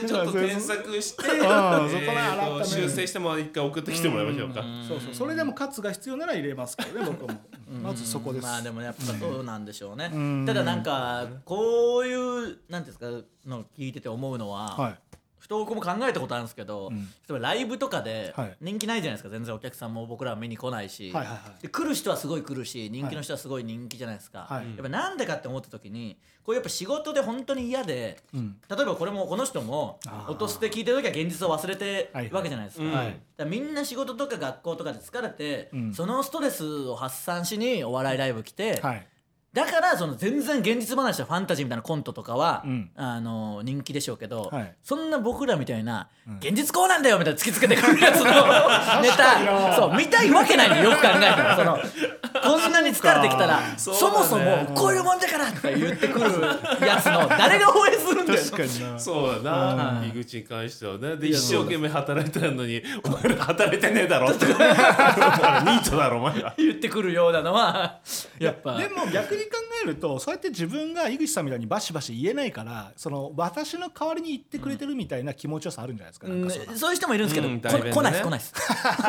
[SPEAKER 1] ちょっと添削してえ
[SPEAKER 2] ああそこなら改
[SPEAKER 1] ー
[SPEAKER 2] める
[SPEAKER 1] と修正してもう一回送ってきてもらいましょうか
[SPEAKER 2] そうそう。それでもカツが必要なら入れますからね。僕もまずそこです。
[SPEAKER 3] まあでもやっぱそうなんでしょうね、
[SPEAKER 2] ん
[SPEAKER 3] ただなんかこういうなんていうんですかのを聞いてて思うのは、
[SPEAKER 2] はい。
[SPEAKER 3] 不登校も考えたことあるんですけど、例えばライブとかで
[SPEAKER 2] はい
[SPEAKER 3] 人気ないじゃないですか全然お客さんも僕らは見に来ないし、
[SPEAKER 2] はいはいはい
[SPEAKER 3] で来る人はすごい来るし人気の人はすごい人気じゃないですか、
[SPEAKER 2] はい
[SPEAKER 3] やっぱなんでかって思った時にこういうやっぱ仕事で本当に嫌で、
[SPEAKER 2] うん
[SPEAKER 3] 例えばこれもこの人も
[SPEAKER 2] あー
[SPEAKER 3] 落として聞いてる時は現実を忘れて
[SPEAKER 2] はいはい
[SPEAKER 3] るわけじゃないですか,、
[SPEAKER 1] はい
[SPEAKER 3] みんな仕事とか学校とかで疲れて、
[SPEAKER 2] うん
[SPEAKER 3] そのストレスを発散しにお笑いライブ来て、
[SPEAKER 2] はい。
[SPEAKER 3] だからその全然現実話やファンタジーみたいなコントとかは、
[SPEAKER 2] うん
[SPEAKER 3] あの人気でしょうけど、
[SPEAKER 2] はい
[SPEAKER 3] そんな僕らみたいな「現実こうなんだよ」みたいな突きつけてくるやつ のネタそう見たいわけないのよよく考えたらそのこんなに疲れてきたらそ,、
[SPEAKER 1] そうだ
[SPEAKER 3] も
[SPEAKER 1] ね
[SPEAKER 3] そもこういうもんだからとか言ってくるやつの誰が応援するんだよ
[SPEAKER 2] 確かにな。
[SPEAKER 1] そうだな、
[SPEAKER 3] はい
[SPEAKER 1] 井口に関してはねで一生懸命働いてるのに「お前ら働いてねえだろ」って「お前らニートだろお前ら
[SPEAKER 3] 言ってくるようなのはやっぱ
[SPEAKER 2] でも逆に考ええるとそうやって自分が井口さんみたいにバシバシ言えないからその私の代わりに言ってくれてるみたいな気持ちよさあるんじゃないですか,、なんかそう
[SPEAKER 3] うんそういう人もいるんですけど、
[SPEAKER 1] うん
[SPEAKER 3] こ
[SPEAKER 1] 代弁でね
[SPEAKER 3] 来ないです来な いです
[SPEAKER 2] 来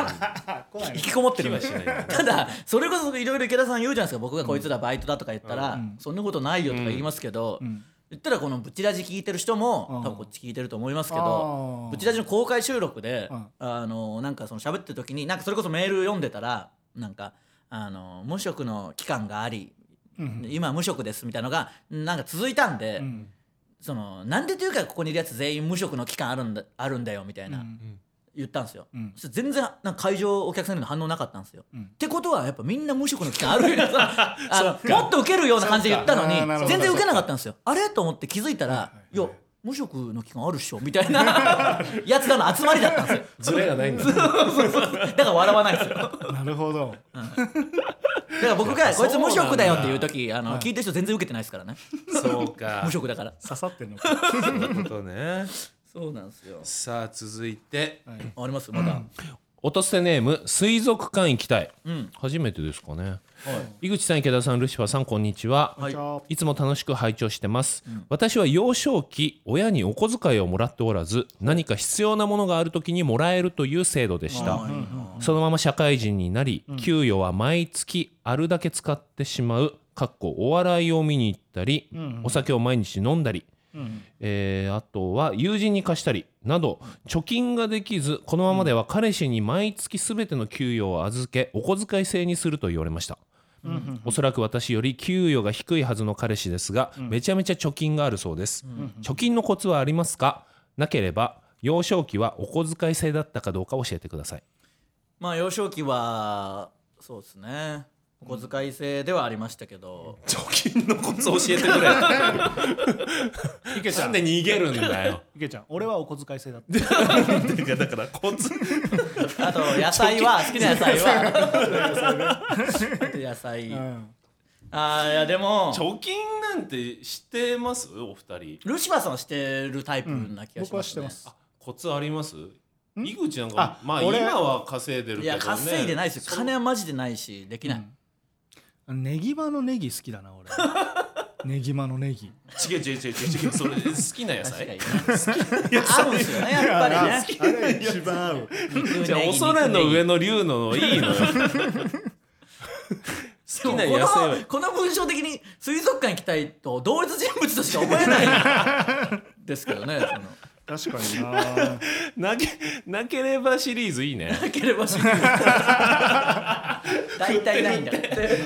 [SPEAKER 2] ない
[SPEAKER 3] 引きこもってるんで
[SPEAKER 1] 気はしない
[SPEAKER 3] ただそれこそいろいろ池田さん言うじゃないですか僕がこいつらバイトだとか言ったら、
[SPEAKER 2] うん
[SPEAKER 3] そんなことないよとか言いますけど、
[SPEAKER 2] うん
[SPEAKER 3] 言ったらこのブチラジ聞いてる人も、
[SPEAKER 2] うん
[SPEAKER 3] 多分こっち聞いてると思いますけ
[SPEAKER 2] あ
[SPEAKER 3] ど
[SPEAKER 2] ー
[SPEAKER 3] ブチラジの公開収録で、
[SPEAKER 2] うん
[SPEAKER 3] あのなんかその喋ってる時になんかそれこそメール読んでたらなんかあの無職の期間があり
[SPEAKER 2] うん
[SPEAKER 3] 今無職ですみたいなのがなんか続いたんで、
[SPEAKER 2] うん
[SPEAKER 3] そのなんでというかここにいるやつ全員無職の期間あるんだあるんだよみたいな、
[SPEAKER 2] うん
[SPEAKER 3] 言ったんですよ、
[SPEAKER 2] うん
[SPEAKER 3] そしたら全然なんか会場お客さんへの反応なかったんですよ、
[SPEAKER 2] うん
[SPEAKER 3] ってことはやっぱみんな無職の期間あるよあのもっと受けるような感じで言ったの
[SPEAKER 2] そっかあーなる
[SPEAKER 3] に
[SPEAKER 2] ほど
[SPEAKER 3] 全然受けなかったんですよあれと思って気づいたら、いや無職の期間あるっしょみたいな やつらの集まりだったんですよ
[SPEAKER 1] ズ レがないんだ
[SPEAKER 3] だから笑わないですよだか
[SPEAKER 2] なるほど
[SPEAKER 3] ら僕が「こいつ無職だよ」っていう時あの、聞いてる人全然受けてないですからね
[SPEAKER 1] そうか
[SPEAKER 3] 無職だから
[SPEAKER 2] 刺さってるのか、は
[SPEAKER 1] そういうことね
[SPEAKER 3] そうなんですよ
[SPEAKER 1] さあ続いて
[SPEAKER 2] い
[SPEAKER 3] ありますまだ
[SPEAKER 1] 音捨てネーム水族館行きたい、
[SPEAKER 3] うん
[SPEAKER 1] 初めてですかね、井口さん池田さんルシファーさんこんにちは、
[SPEAKER 3] はい
[SPEAKER 2] じゃあ
[SPEAKER 1] いつも楽しく拝聴してます、私は幼少期親にお小遣いをもらっておらず何か必要なものがある時にもらえるという制度でしたそのまま社会人になり、給与は毎月あるだけ使ってしまうかっこお笑いを見に行ったり、お酒を毎日飲んだり、
[SPEAKER 2] うん
[SPEAKER 1] えーあとは友人に貸したりなど貯金ができずこのままでは彼氏に毎月全ての給与を預けお小遣い制にすると言われました、おそらく私より給与が低いはずの彼氏ですが、めちゃめちゃ貯金があるそうです、貯金のコツはありますかなければ幼少期はお小遣い制だったかどうか教えてください
[SPEAKER 3] まあ幼少期はそうですねお小遣い制ではありましたけど、
[SPEAKER 1] 貯金のコツ教えて くれなんで逃げるんだよ
[SPEAKER 2] いけちゃん俺はお小遣い制 だっ た
[SPEAKER 1] だからコツ
[SPEAKER 3] あと野菜 は好きな野菜はあと野菜、
[SPEAKER 2] うん
[SPEAKER 3] あーいやでも
[SPEAKER 1] 貯金なんて知ってますお二人
[SPEAKER 3] ルシファーさんはしてるタイプな気がし
[SPEAKER 2] 僕は
[SPEAKER 3] ま
[SPEAKER 2] 知っ
[SPEAKER 3] す、
[SPEAKER 2] て
[SPEAKER 3] ね
[SPEAKER 2] ま、す
[SPEAKER 1] コツあります井口なんか
[SPEAKER 2] あ
[SPEAKER 1] まあ今
[SPEAKER 2] 俺
[SPEAKER 1] は稼いでるけど、ね、
[SPEAKER 3] いや稼いでないですよ
[SPEAKER 1] そう
[SPEAKER 3] 金はマジでないしできない、
[SPEAKER 2] ネギマのネギ好きだな 俺ネギマのネギ
[SPEAKER 1] 違う違う違う違うそれ好きな野
[SPEAKER 3] 確かに
[SPEAKER 1] 菜
[SPEAKER 3] ね 合うんですよねやっぱりね
[SPEAKER 2] あれ一番合う
[SPEAKER 3] 肉
[SPEAKER 1] じゃあ
[SPEAKER 3] ネギ
[SPEAKER 1] お空の上
[SPEAKER 3] 肉ネギ
[SPEAKER 1] の竜のいい のよ好きな
[SPEAKER 3] で
[SPEAKER 1] 野
[SPEAKER 3] も
[SPEAKER 1] 菜は
[SPEAKER 3] このこの文章的に水族館行きたいと同一人物としか思えないですけどねその
[SPEAKER 2] 確かにな
[SPEAKER 1] なけなければシリーズいいね
[SPEAKER 3] なければ知りたい大体ないん だ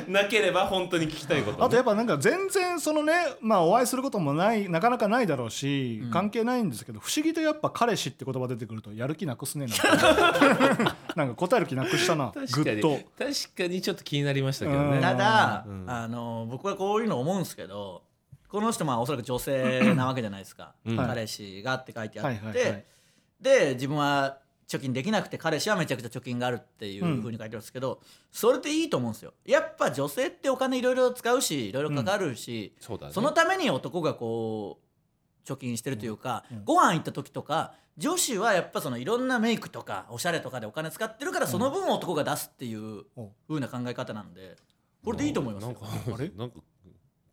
[SPEAKER 1] なければ本当に聞きたいこと、ね、
[SPEAKER 2] あとやっぱなんか全然そのねまあお会いすることもないなかなかないだろうし、関係ないんですけど不思議とやっぱ彼氏って言葉出てくるとやる気なくすねなんか なんか答える気なくしたな
[SPEAKER 1] 確
[SPEAKER 2] ぐ
[SPEAKER 1] かに
[SPEAKER 2] っと
[SPEAKER 1] 確かにちょっと気になりましたけど
[SPEAKER 2] うん
[SPEAKER 1] ね
[SPEAKER 3] ただ、
[SPEAKER 1] うん
[SPEAKER 3] あの僕はこういうの思うんですけどこの人まあおそらく女性なわけじゃないですか、
[SPEAKER 1] うん
[SPEAKER 3] 彼氏がって書いてあって、
[SPEAKER 2] はいはいはい
[SPEAKER 3] で自分は貯金できなくて彼氏はめちゃくちゃ貯金があるっていうふうに書いてあるんですけど、それでいいと思うんですよやっぱ女性ってお金いろいろ使うしいろいろかかるし、
[SPEAKER 1] そうだね
[SPEAKER 3] そのために男がこう貯金してるというか、ご飯行った時とか女子はやっぱそのいろんなメイクとかおしゃれとかでお金使ってるからその分男が出すっていう
[SPEAKER 2] お
[SPEAKER 3] 風な考え方なんでこれでいいと思います
[SPEAKER 1] なん
[SPEAKER 3] よ
[SPEAKER 1] か
[SPEAKER 2] あれ
[SPEAKER 1] なんか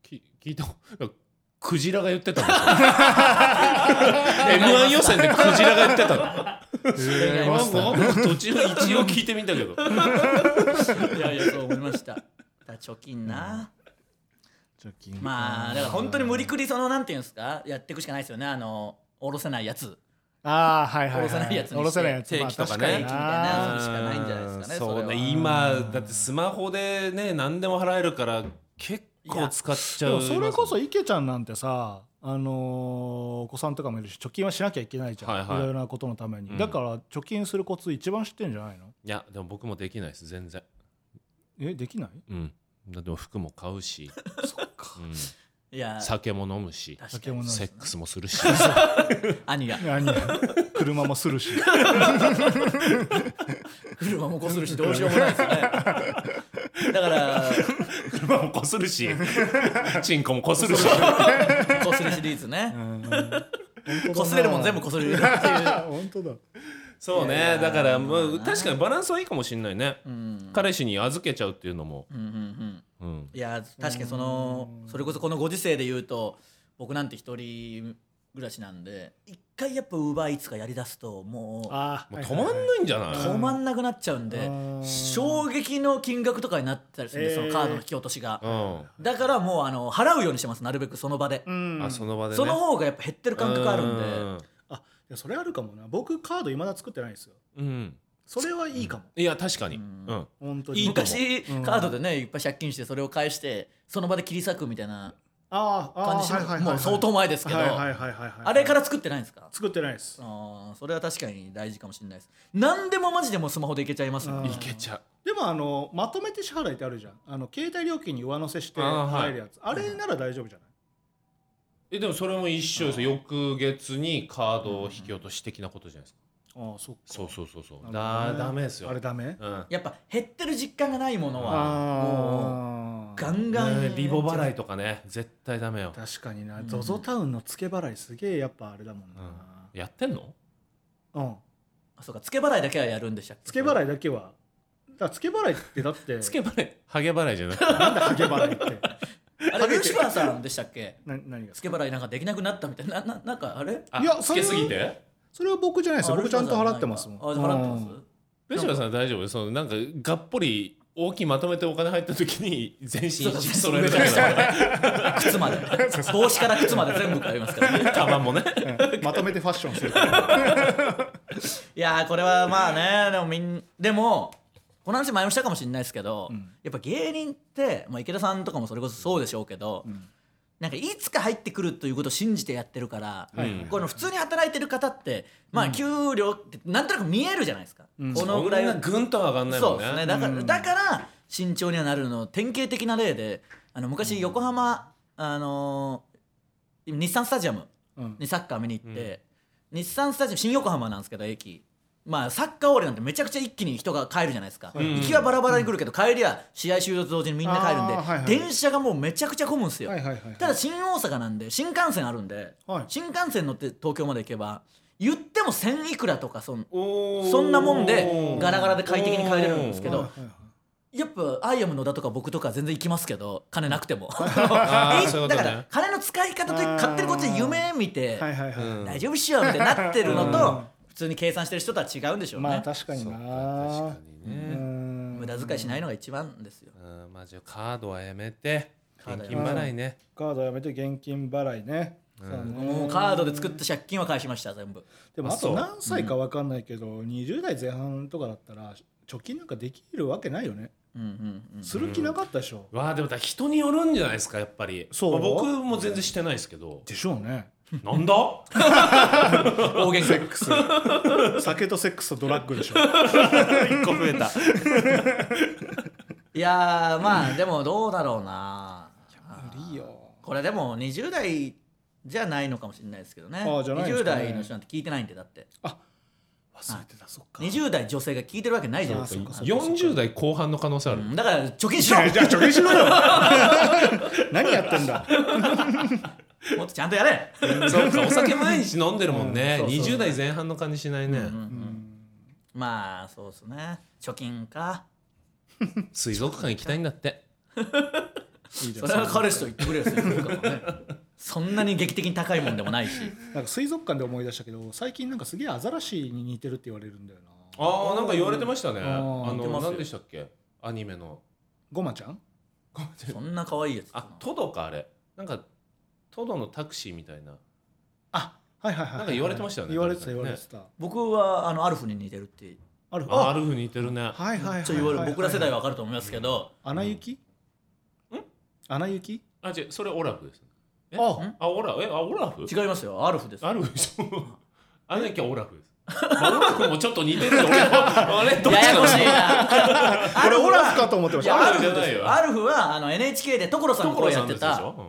[SPEAKER 1] き聞いたなんかクジラが言ってたん ですよ M1 予選でクジラが言って たの
[SPEAKER 3] 違いま
[SPEAKER 1] なん
[SPEAKER 3] す
[SPEAKER 1] かなんか途中一応聞いてみたけど
[SPEAKER 3] いやいやそう思いましただから貯金な、
[SPEAKER 2] 貯金
[SPEAKER 3] まあだから本当に無理くりそのなんていうんですかやっていくしかないですよねあの下ろせないやつ
[SPEAKER 2] ああはいはい、はい、
[SPEAKER 3] 下ろせないやつにして
[SPEAKER 2] 下ろせないやつ
[SPEAKER 1] 定期とかね
[SPEAKER 2] まあ確
[SPEAKER 3] 定期み
[SPEAKER 2] に
[SPEAKER 3] たい
[SPEAKER 2] な
[SPEAKER 3] なしかないんじゃないですかね
[SPEAKER 1] うん
[SPEAKER 3] そ
[SPEAKER 1] そ
[SPEAKER 3] れ
[SPEAKER 1] う
[SPEAKER 3] は
[SPEAKER 1] ね今だってスマホでね何でも払えるから結構使っちゃ
[SPEAKER 2] で
[SPEAKER 1] う
[SPEAKER 2] もそれこそ
[SPEAKER 1] はい
[SPEAKER 2] 池ちゃんなんてさあのーお子さんとかもいるし貯金はしなきゃいけないじゃん、
[SPEAKER 1] はい
[SPEAKER 2] い
[SPEAKER 1] はい
[SPEAKER 2] ろいろなことのために、
[SPEAKER 1] うん
[SPEAKER 2] だから貯金するコツ一番知ってんじゃないの
[SPEAKER 1] やでも僕もできないです全然
[SPEAKER 2] えできない
[SPEAKER 1] うんだって服も買う し、うん
[SPEAKER 3] いや
[SPEAKER 1] 酒も飲むし
[SPEAKER 3] 確か
[SPEAKER 2] 酒
[SPEAKER 3] に
[SPEAKER 2] も飲むし
[SPEAKER 1] セックスもす るし
[SPEAKER 3] 兄が
[SPEAKER 2] 何 車もするし
[SPEAKER 3] 車もこするしどうしようもないですよねだから
[SPEAKER 1] 車もこする しチンコもこするし
[SPEAKER 3] こするシリー ズね、こ
[SPEAKER 2] こ
[SPEAKER 3] すれるもん全部こするっていう
[SPEAKER 2] 本当だ
[SPEAKER 1] そう
[SPEAKER 3] いやい
[SPEAKER 1] ね
[SPEAKER 3] や
[SPEAKER 1] だからま
[SPEAKER 3] まあ
[SPEAKER 1] あ
[SPEAKER 3] な
[SPEAKER 1] 確かにバランスはいいかもしれないね
[SPEAKER 3] うん
[SPEAKER 1] 彼氏に預けちゃうっていうのも
[SPEAKER 3] うんうんうん
[SPEAKER 1] うん
[SPEAKER 3] いや確かにそのそれこそこのご時世で言うと僕なんて一人暮らしなんで一回やっぱウーバーイーツがやりだすとも
[SPEAKER 2] あ
[SPEAKER 1] もう止まんないんじゃな
[SPEAKER 3] う
[SPEAKER 1] い、
[SPEAKER 3] 止まんなくなっちゃうん
[SPEAKER 2] あ
[SPEAKER 3] で
[SPEAKER 2] ー
[SPEAKER 3] 衝撃の金額とかになったりするんでそのカードの引き落としが
[SPEAKER 1] うん
[SPEAKER 3] だからもうあの払うようにしてますなるべくその場で
[SPEAKER 2] うん
[SPEAKER 1] あその場でね
[SPEAKER 3] その方がやっぱ減ってる感覚あるんで
[SPEAKER 2] あいやそれあるかもな僕カードいまだ作ってないんですよ
[SPEAKER 1] うん、うん
[SPEAKER 2] それはいいかも、
[SPEAKER 1] いや確かに、う
[SPEAKER 3] うんん
[SPEAKER 2] 本当
[SPEAKER 1] い
[SPEAKER 2] に
[SPEAKER 1] いと思う
[SPEAKER 3] 昔
[SPEAKER 2] うん
[SPEAKER 3] カードでねいっぱい借金してそれを返してその場で切り裂くみたいな
[SPEAKER 2] あーあー
[SPEAKER 3] 感じし
[SPEAKER 2] はいはい
[SPEAKER 3] ま
[SPEAKER 2] はい
[SPEAKER 3] もう相当前ですけど
[SPEAKER 2] はいはいはいはいはい
[SPEAKER 3] あれから作ってないんですか
[SPEAKER 2] 作ってないです
[SPEAKER 3] あーそれは確かに大事かもしれないです何でもマジでもうスマホでいけちゃいます
[SPEAKER 2] う
[SPEAKER 3] ね
[SPEAKER 2] ん
[SPEAKER 1] いけちゃ
[SPEAKER 2] でもあのまとめて支払いってあるじゃんあの携帯料金に上乗せして
[SPEAKER 1] あーはい
[SPEAKER 2] 入るやつあ,、れなら大丈夫じゃないう
[SPEAKER 1] えでもそれも一緒ですよ翌月にカードを引き落とし的なことじゃないですか、
[SPEAKER 2] ああそっか
[SPEAKER 1] そうそうそうそうだ
[SPEAKER 2] なるほどね
[SPEAKER 1] ダメですよ
[SPEAKER 2] あれダメ
[SPEAKER 1] うん
[SPEAKER 3] やっぱ減ってる実感がないものはも
[SPEAKER 2] あ
[SPEAKER 3] う
[SPEAKER 2] あ
[SPEAKER 3] ガンガ
[SPEAKER 1] ね
[SPEAKER 3] ン
[SPEAKER 1] リボ払いとかね絶対ダメよ、
[SPEAKER 2] 確かにな
[SPEAKER 3] うん
[SPEAKER 2] ZOZO タウンの付け払いすげえやっぱあれだもん
[SPEAKER 1] うん
[SPEAKER 2] な、
[SPEAKER 1] やってんの
[SPEAKER 2] うん、
[SPEAKER 3] あそうか付け払いだけはやるんでしたっけ
[SPEAKER 2] 付け払いだけはだから付け払いってだ って
[SPEAKER 1] つけ払いハゲ払いじゃない
[SPEAKER 2] なんだ掛け払いって
[SPEAKER 3] あれルシファーさんでしたっけ
[SPEAKER 2] な何が
[SPEAKER 3] 付け払いなんかできなくなったみたいななななんかあれ
[SPEAKER 1] あ
[SPEAKER 2] いや
[SPEAKER 1] つけすぎて
[SPEAKER 2] それは僕じゃないですよ
[SPEAKER 3] あ
[SPEAKER 2] 僕ちゃんと払ってますもん
[SPEAKER 3] あじゃあ払って
[SPEAKER 2] う
[SPEAKER 3] ま
[SPEAKER 2] ん
[SPEAKER 3] す
[SPEAKER 1] ルシファーさん大丈夫そのなんかがっぽり大きいまとめてお金入った時に全身一式揃え るだけだからね
[SPEAKER 3] 靴まで帽子から靴まで全部買いますからね
[SPEAKER 1] カバンもね
[SPEAKER 2] うんまとめてファッションするから
[SPEAKER 3] いやーこれはまあねでもみんでもこの話前もしたかもしれないですけど、
[SPEAKER 2] ん
[SPEAKER 3] やっぱ芸人って、まあ、池田さんとかもそれこそそうでしょうけど、
[SPEAKER 2] ん
[SPEAKER 3] なんかいつか入ってくるということを信じてやってるから、
[SPEAKER 1] はいはいはい
[SPEAKER 3] この普通に働いてる方ってまあ給料ってなんとなく見えるじゃないですか、
[SPEAKER 2] うん
[SPEAKER 3] こ
[SPEAKER 1] そ
[SPEAKER 3] の
[SPEAKER 1] ん
[SPEAKER 3] ぐらい
[SPEAKER 1] な
[SPEAKER 3] は
[SPEAKER 1] ぐんとは上がんないも
[SPEAKER 3] そ
[SPEAKER 1] ん
[SPEAKER 3] う
[SPEAKER 1] ね
[SPEAKER 3] ですねだから、
[SPEAKER 2] うん
[SPEAKER 3] だから慎重にはなるの典型的な例であの昔横浜、あのー日産スタジアム
[SPEAKER 2] うん
[SPEAKER 3] にサッカー見に行って、日産スタジアム新横浜なんですけど駅まあサッカー終わりなんてめちゃくちゃ一気に人が帰るじゃないですか、
[SPEAKER 1] うん
[SPEAKER 3] 行きはバラバラに来るけど、帰りは試合終了と同時にみんな帰るんで、
[SPEAKER 2] あーはいはい
[SPEAKER 3] 電車がもうめちゃくちゃ混むんですよ、
[SPEAKER 2] はいはいはいはい
[SPEAKER 3] ただ新大阪なんで新幹線あるんで、
[SPEAKER 2] はい
[SPEAKER 3] 新幹線乗って東京まで行けば言っても1000いくらとかそん
[SPEAKER 1] おー
[SPEAKER 3] そんなもんでガラガラで快適に帰れるんですけ
[SPEAKER 2] はい
[SPEAKER 3] ど
[SPEAKER 2] はいはい
[SPEAKER 3] やっぱアイアム野田とか僕とか全然行きますけど金なく ても
[SPEAKER 1] あー
[SPEAKER 3] え
[SPEAKER 1] そういうことね
[SPEAKER 3] だから金の使い方というか買ってるこっちで夢見て
[SPEAKER 2] はいはいはい、
[SPEAKER 1] うん
[SPEAKER 3] 大丈夫っしようみたいになってるのと、
[SPEAKER 2] うん
[SPEAKER 3] 普通に計算してる人とは違うんでしょうね、
[SPEAKER 2] まあ確かに
[SPEAKER 1] そ
[SPEAKER 2] な
[SPEAKER 1] うか確かにね、
[SPEAKER 2] 無
[SPEAKER 3] 無駄遣いしないのが一番ですよ、
[SPEAKER 1] うんまあじゃあカードはやめて
[SPEAKER 3] カード
[SPEAKER 1] 現
[SPEAKER 3] やめて
[SPEAKER 1] 金払いね
[SPEAKER 2] カードやめて現金払いね、そうね
[SPEAKER 3] もうカードで作った借金は返しました全部
[SPEAKER 2] でも
[SPEAKER 1] あ
[SPEAKER 2] あと
[SPEAKER 1] そう
[SPEAKER 2] 何歳か分かんないけど、20代前半とかだったら貯金なんかできるわけないよね
[SPEAKER 3] うんうんうん
[SPEAKER 2] する気なかったでしょ、
[SPEAKER 1] わあでもだから人によるんじゃないですかやっぱり
[SPEAKER 2] そう
[SPEAKER 1] まあ僕も全然してないですけど
[SPEAKER 2] でしょうね
[SPEAKER 1] なん だ
[SPEAKER 3] 大げん か
[SPEAKER 2] セックス酒とセックスとドラッグでしょ
[SPEAKER 1] 一個増えた。
[SPEAKER 3] いやーまあでもどうだろうな
[SPEAKER 2] 無理よ
[SPEAKER 3] これでも20代じゃないのかもしれないですけどね
[SPEAKER 2] あーじゃないですかね
[SPEAKER 3] 20代の人なんて聞いてないんでだって
[SPEAKER 2] 忘れてたそっか
[SPEAKER 3] 20代女性が聞いてるわけないじゃないです
[SPEAKER 2] あ
[SPEAKER 3] か
[SPEAKER 2] ーそっかそっか
[SPEAKER 1] 四十代後半の可能性ある。
[SPEAKER 3] うんだから貯金しろ
[SPEAKER 2] いやじゃあ貯金しろよ 何やってんだ
[SPEAKER 3] もっとちゃんとやれ
[SPEAKER 1] そうか、お酒毎日飲んでるもんね。
[SPEAKER 2] うんそう
[SPEAKER 1] 二
[SPEAKER 2] そう
[SPEAKER 1] 十代前半の感じしないね。
[SPEAKER 3] まあそうですね貯金か
[SPEAKER 1] 水族館行きたいんだって。
[SPEAKER 2] いいじゃ
[SPEAKER 3] そ
[SPEAKER 2] ん
[SPEAKER 3] れは彼氏と言ってくれよそういうことかもねそんなに劇的に高いもんでもないし
[SPEAKER 2] なんか水族館で思い出したけど最近なんかすげえアザラシに似てるって言われるんだよな
[SPEAKER 1] ああ、なんか言われてましたね。
[SPEAKER 2] あ
[SPEAKER 1] あ
[SPEAKER 2] ー
[SPEAKER 3] 言って
[SPEAKER 1] の、
[SPEAKER 3] ますよ
[SPEAKER 1] 何でしたっけ。アニメの。
[SPEAKER 2] ゴマちゃん
[SPEAKER 3] そんな可愛いやつ
[SPEAKER 1] あ、トドか、あれ。なんか。トドのタクシーみたいな。
[SPEAKER 2] あはいはいはい
[SPEAKER 1] なんか言われてましたよね
[SPEAKER 2] 言われてた
[SPEAKER 1] 誰
[SPEAKER 2] 言
[SPEAKER 1] か
[SPEAKER 2] わ
[SPEAKER 1] に
[SPEAKER 2] れ
[SPEAKER 1] ね
[SPEAKER 2] てた、
[SPEAKER 3] 僕はあのアルフに似てるって
[SPEAKER 2] ある
[SPEAKER 1] あ、あるふうに似てるね。
[SPEAKER 2] はいはいはいはい
[SPEAKER 3] ちょっと言われる僕ら世代は分かると思いますけど
[SPEAKER 2] 穴行きん穴行き
[SPEAKER 1] あ、違う、それオラフです。え
[SPEAKER 2] あ
[SPEAKER 1] あ、オラフ、え、あ、オラフ。
[SPEAKER 3] 違いますよアルフです
[SPEAKER 1] あるでしょ。 あの時はオラフです。まあオラフもちょっと似てる けど。俺もあれ、どっち
[SPEAKER 3] やや
[SPEAKER 1] なの
[SPEAKER 3] こしいな
[SPEAKER 2] これオラフ
[SPEAKER 3] は
[SPEAKER 2] かと思ってま
[SPEAKER 3] い
[SPEAKER 2] した
[SPEAKER 3] や
[SPEAKER 1] ア
[SPEAKER 3] ア
[SPEAKER 1] ル
[SPEAKER 3] ル
[SPEAKER 1] フじ
[SPEAKER 3] フ
[SPEAKER 1] ゃない
[SPEAKER 3] です
[SPEAKER 1] よ
[SPEAKER 3] よアルフはあの NHK で所さんの声やって
[SPEAKER 1] 所さんの
[SPEAKER 3] た
[SPEAKER 1] やつでしょうん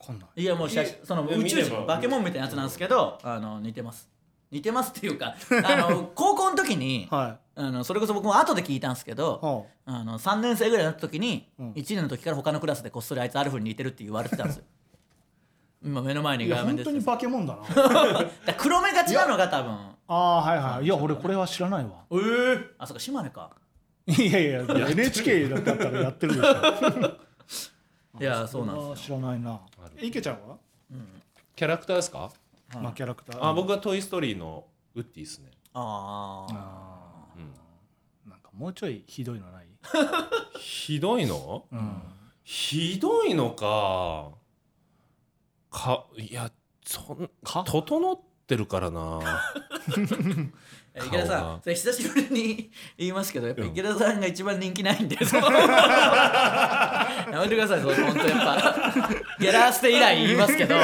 [SPEAKER 2] わかんない
[SPEAKER 3] いやもう写
[SPEAKER 1] いい
[SPEAKER 3] その
[SPEAKER 1] え
[SPEAKER 3] 宇宙
[SPEAKER 1] 見れ
[SPEAKER 3] 人
[SPEAKER 1] ば
[SPEAKER 3] バケモンみたいなやつなんですけどあの似てます似てますってい うかあの高校の時に
[SPEAKER 2] は
[SPEAKER 3] あのそれこそ僕も後で聞いたんですけ
[SPEAKER 2] い
[SPEAKER 3] ど
[SPEAKER 2] は
[SPEAKER 3] あの3年生ぐらいになった時に
[SPEAKER 2] うん
[SPEAKER 3] 1年の時から他のクラスでこっそりあいつアルフに似てるって言われてたん ですよ今目の前
[SPEAKER 2] あ
[SPEAKER 3] に
[SPEAKER 2] いや
[SPEAKER 3] 画面
[SPEAKER 2] 本
[SPEAKER 3] で
[SPEAKER 2] 当に化け物だな
[SPEAKER 3] 黒目がちなのが多分
[SPEAKER 2] ああはいはいいや俺これは知らないわ
[SPEAKER 3] ええあそうか島根か
[SPEAKER 2] いやいや NHK だったらやってるでしょ
[SPEAKER 3] いやそうなんですよ
[SPEAKER 2] 知らないな池ちゃんは、
[SPEAKER 1] キャラクターですか
[SPEAKER 2] まあ、キャラクター
[SPEAKER 1] あ僕は「トイ・ストーリー」のウッディですね
[SPEAKER 3] ああ
[SPEAKER 2] あ
[SPEAKER 1] うん
[SPEAKER 2] ーなんかもうちょいひどいのない、
[SPEAKER 1] ひどいの
[SPEAKER 2] うん、
[SPEAKER 1] ひどいのかかいやそん
[SPEAKER 2] か
[SPEAKER 1] 整ってるからな
[SPEAKER 3] え池田
[SPEAKER 1] 顔
[SPEAKER 3] さ
[SPEAKER 1] が
[SPEAKER 3] んそれ久しぶりに言いますけどやっぱ
[SPEAKER 1] うん
[SPEAKER 3] 池田さんが一番人気ないんで、そうやめてくださいそう本当やっぱゲラーステ以来言いますけどこ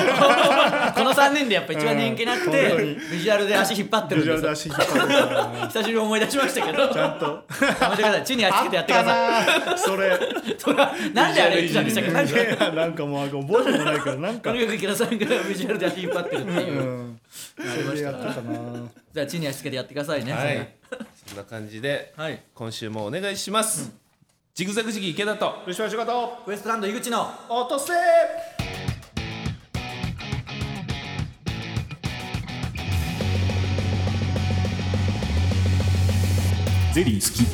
[SPEAKER 3] の3人でやっぱ一番人気なくて、
[SPEAKER 2] うん
[SPEAKER 3] ビジュアルで足引っ張ってる
[SPEAKER 2] ビ
[SPEAKER 3] ん
[SPEAKER 2] ジュア
[SPEAKER 3] で
[SPEAKER 2] ル
[SPEAKER 3] すよ
[SPEAKER 2] 出し引っ張るから
[SPEAKER 3] 久しぶりに思い出しましたけど
[SPEAKER 2] ちゃんと
[SPEAKER 3] やめてください地に足つけてやってください
[SPEAKER 2] さいそれ
[SPEAKER 3] それはなんであれ言ってたんでしたっけなん
[SPEAKER 2] い
[SPEAKER 3] か
[SPEAKER 2] やいやなんかもう覚えてもないからなん
[SPEAKER 3] と
[SPEAKER 2] か
[SPEAKER 3] にかく池田さんがビジュアルで足引っ張ってるって
[SPEAKER 2] う
[SPEAKER 3] いう、
[SPEAKER 2] んそれでやってたな
[SPEAKER 3] じゃあ地に足つけてやってくださいね
[SPEAKER 1] はいそんな感じで
[SPEAKER 3] それはい
[SPEAKER 1] 今週もお願いします、ジグザグジギ池田と
[SPEAKER 2] 吉村仕事
[SPEAKER 3] ウエストランド井口の
[SPEAKER 2] 落とせ
[SPEAKER 4] ゼリー好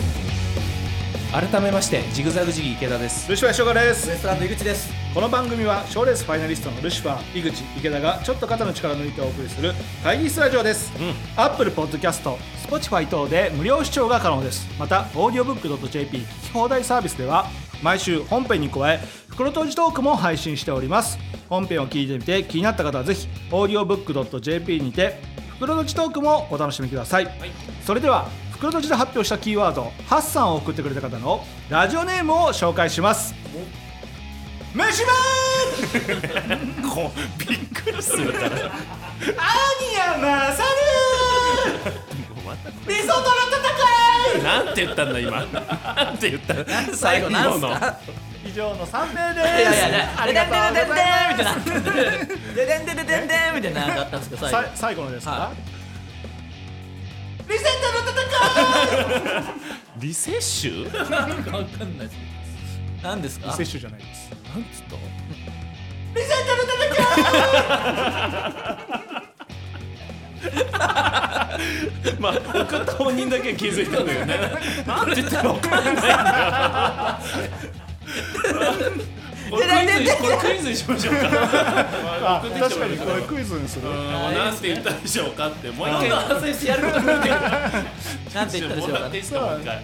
[SPEAKER 4] き
[SPEAKER 1] 改めましてジグザグジギ池田です
[SPEAKER 2] ルシファー翔吾です
[SPEAKER 3] ウエストランド井口です
[SPEAKER 2] この番組は賞レースファイナリストのルシファー井口池田がちょっと肩の力を抜いてお送りする会議室ラジオです、アップルポッドキャスト Spotify 等で無料視聴が可能ですまた audiobook.jp 聞き放題サービスでは毎週本編に加え袋とじトークも配信しております本編を聞いてみて気になった方はぜひ audiobook.jp にて袋とじトークもお楽しみください、それでは袋とじで発表したキーワードハッサンを送ってくれた方のラジオネームを紹介します飯ま
[SPEAKER 1] びっくりするから
[SPEAKER 2] ーニャマサ
[SPEAKER 3] リゾートの戦い
[SPEAKER 1] なんて言ったんだ今なんて言ったの
[SPEAKER 3] 最後なんすか
[SPEAKER 2] 以上の三名で
[SPEAKER 3] いやいやい
[SPEAKER 2] す
[SPEAKER 3] や
[SPEAKER 2] あ
[SPEAKER 3] あ
[SPEAKER 2] り
[SPEAKER 3] れ
[SPEAKER 2] が
[SPEAKER 3] だ
[SPEAKER 2] と
[SPEAKER 3] ん
[SPEAKER 2] うございます
[SPEAKER 3] でんでんでんでんみたいなででんでんでんでんでんみたいななんかあったんですけど最
[SPEAKER 2] さ
[SPEAKER 3] 後
[SPEAKER 2] 最後のですか
[SPEAKER 3] は
[SPEAKER 2] リセットの戦い
[SPEAKER 1] リセッシュなん
[SPEAKER 3] なんかわかんないです何ですか
[SPEAKER 2] リセッシュじゃないです
[SPEAKER 1] つったリセットの戦いまあ送った本人だけ気づいたんだよねなんて言ったか分かんないんだよこれクイズにこれクイズにしましょうか
[SPEAKER 2] あ確かにこれクイズにする
[SPEAKER 1] なんて言ったでしょうかってもう一
[SPEAKER 3] 今
[SPEAKER 1] 回
[SPEAKER 3] 度反省してやることになってるなんて言ったでしょう
[SPEAKER 1] もら
[SPEAKER 3] か
[SPEAKER 1] っていいです
[SPEAKER 2] そう
[SPEAKER 1] かも
[SPEAKER 2] は
[SPEAKER 1] う一回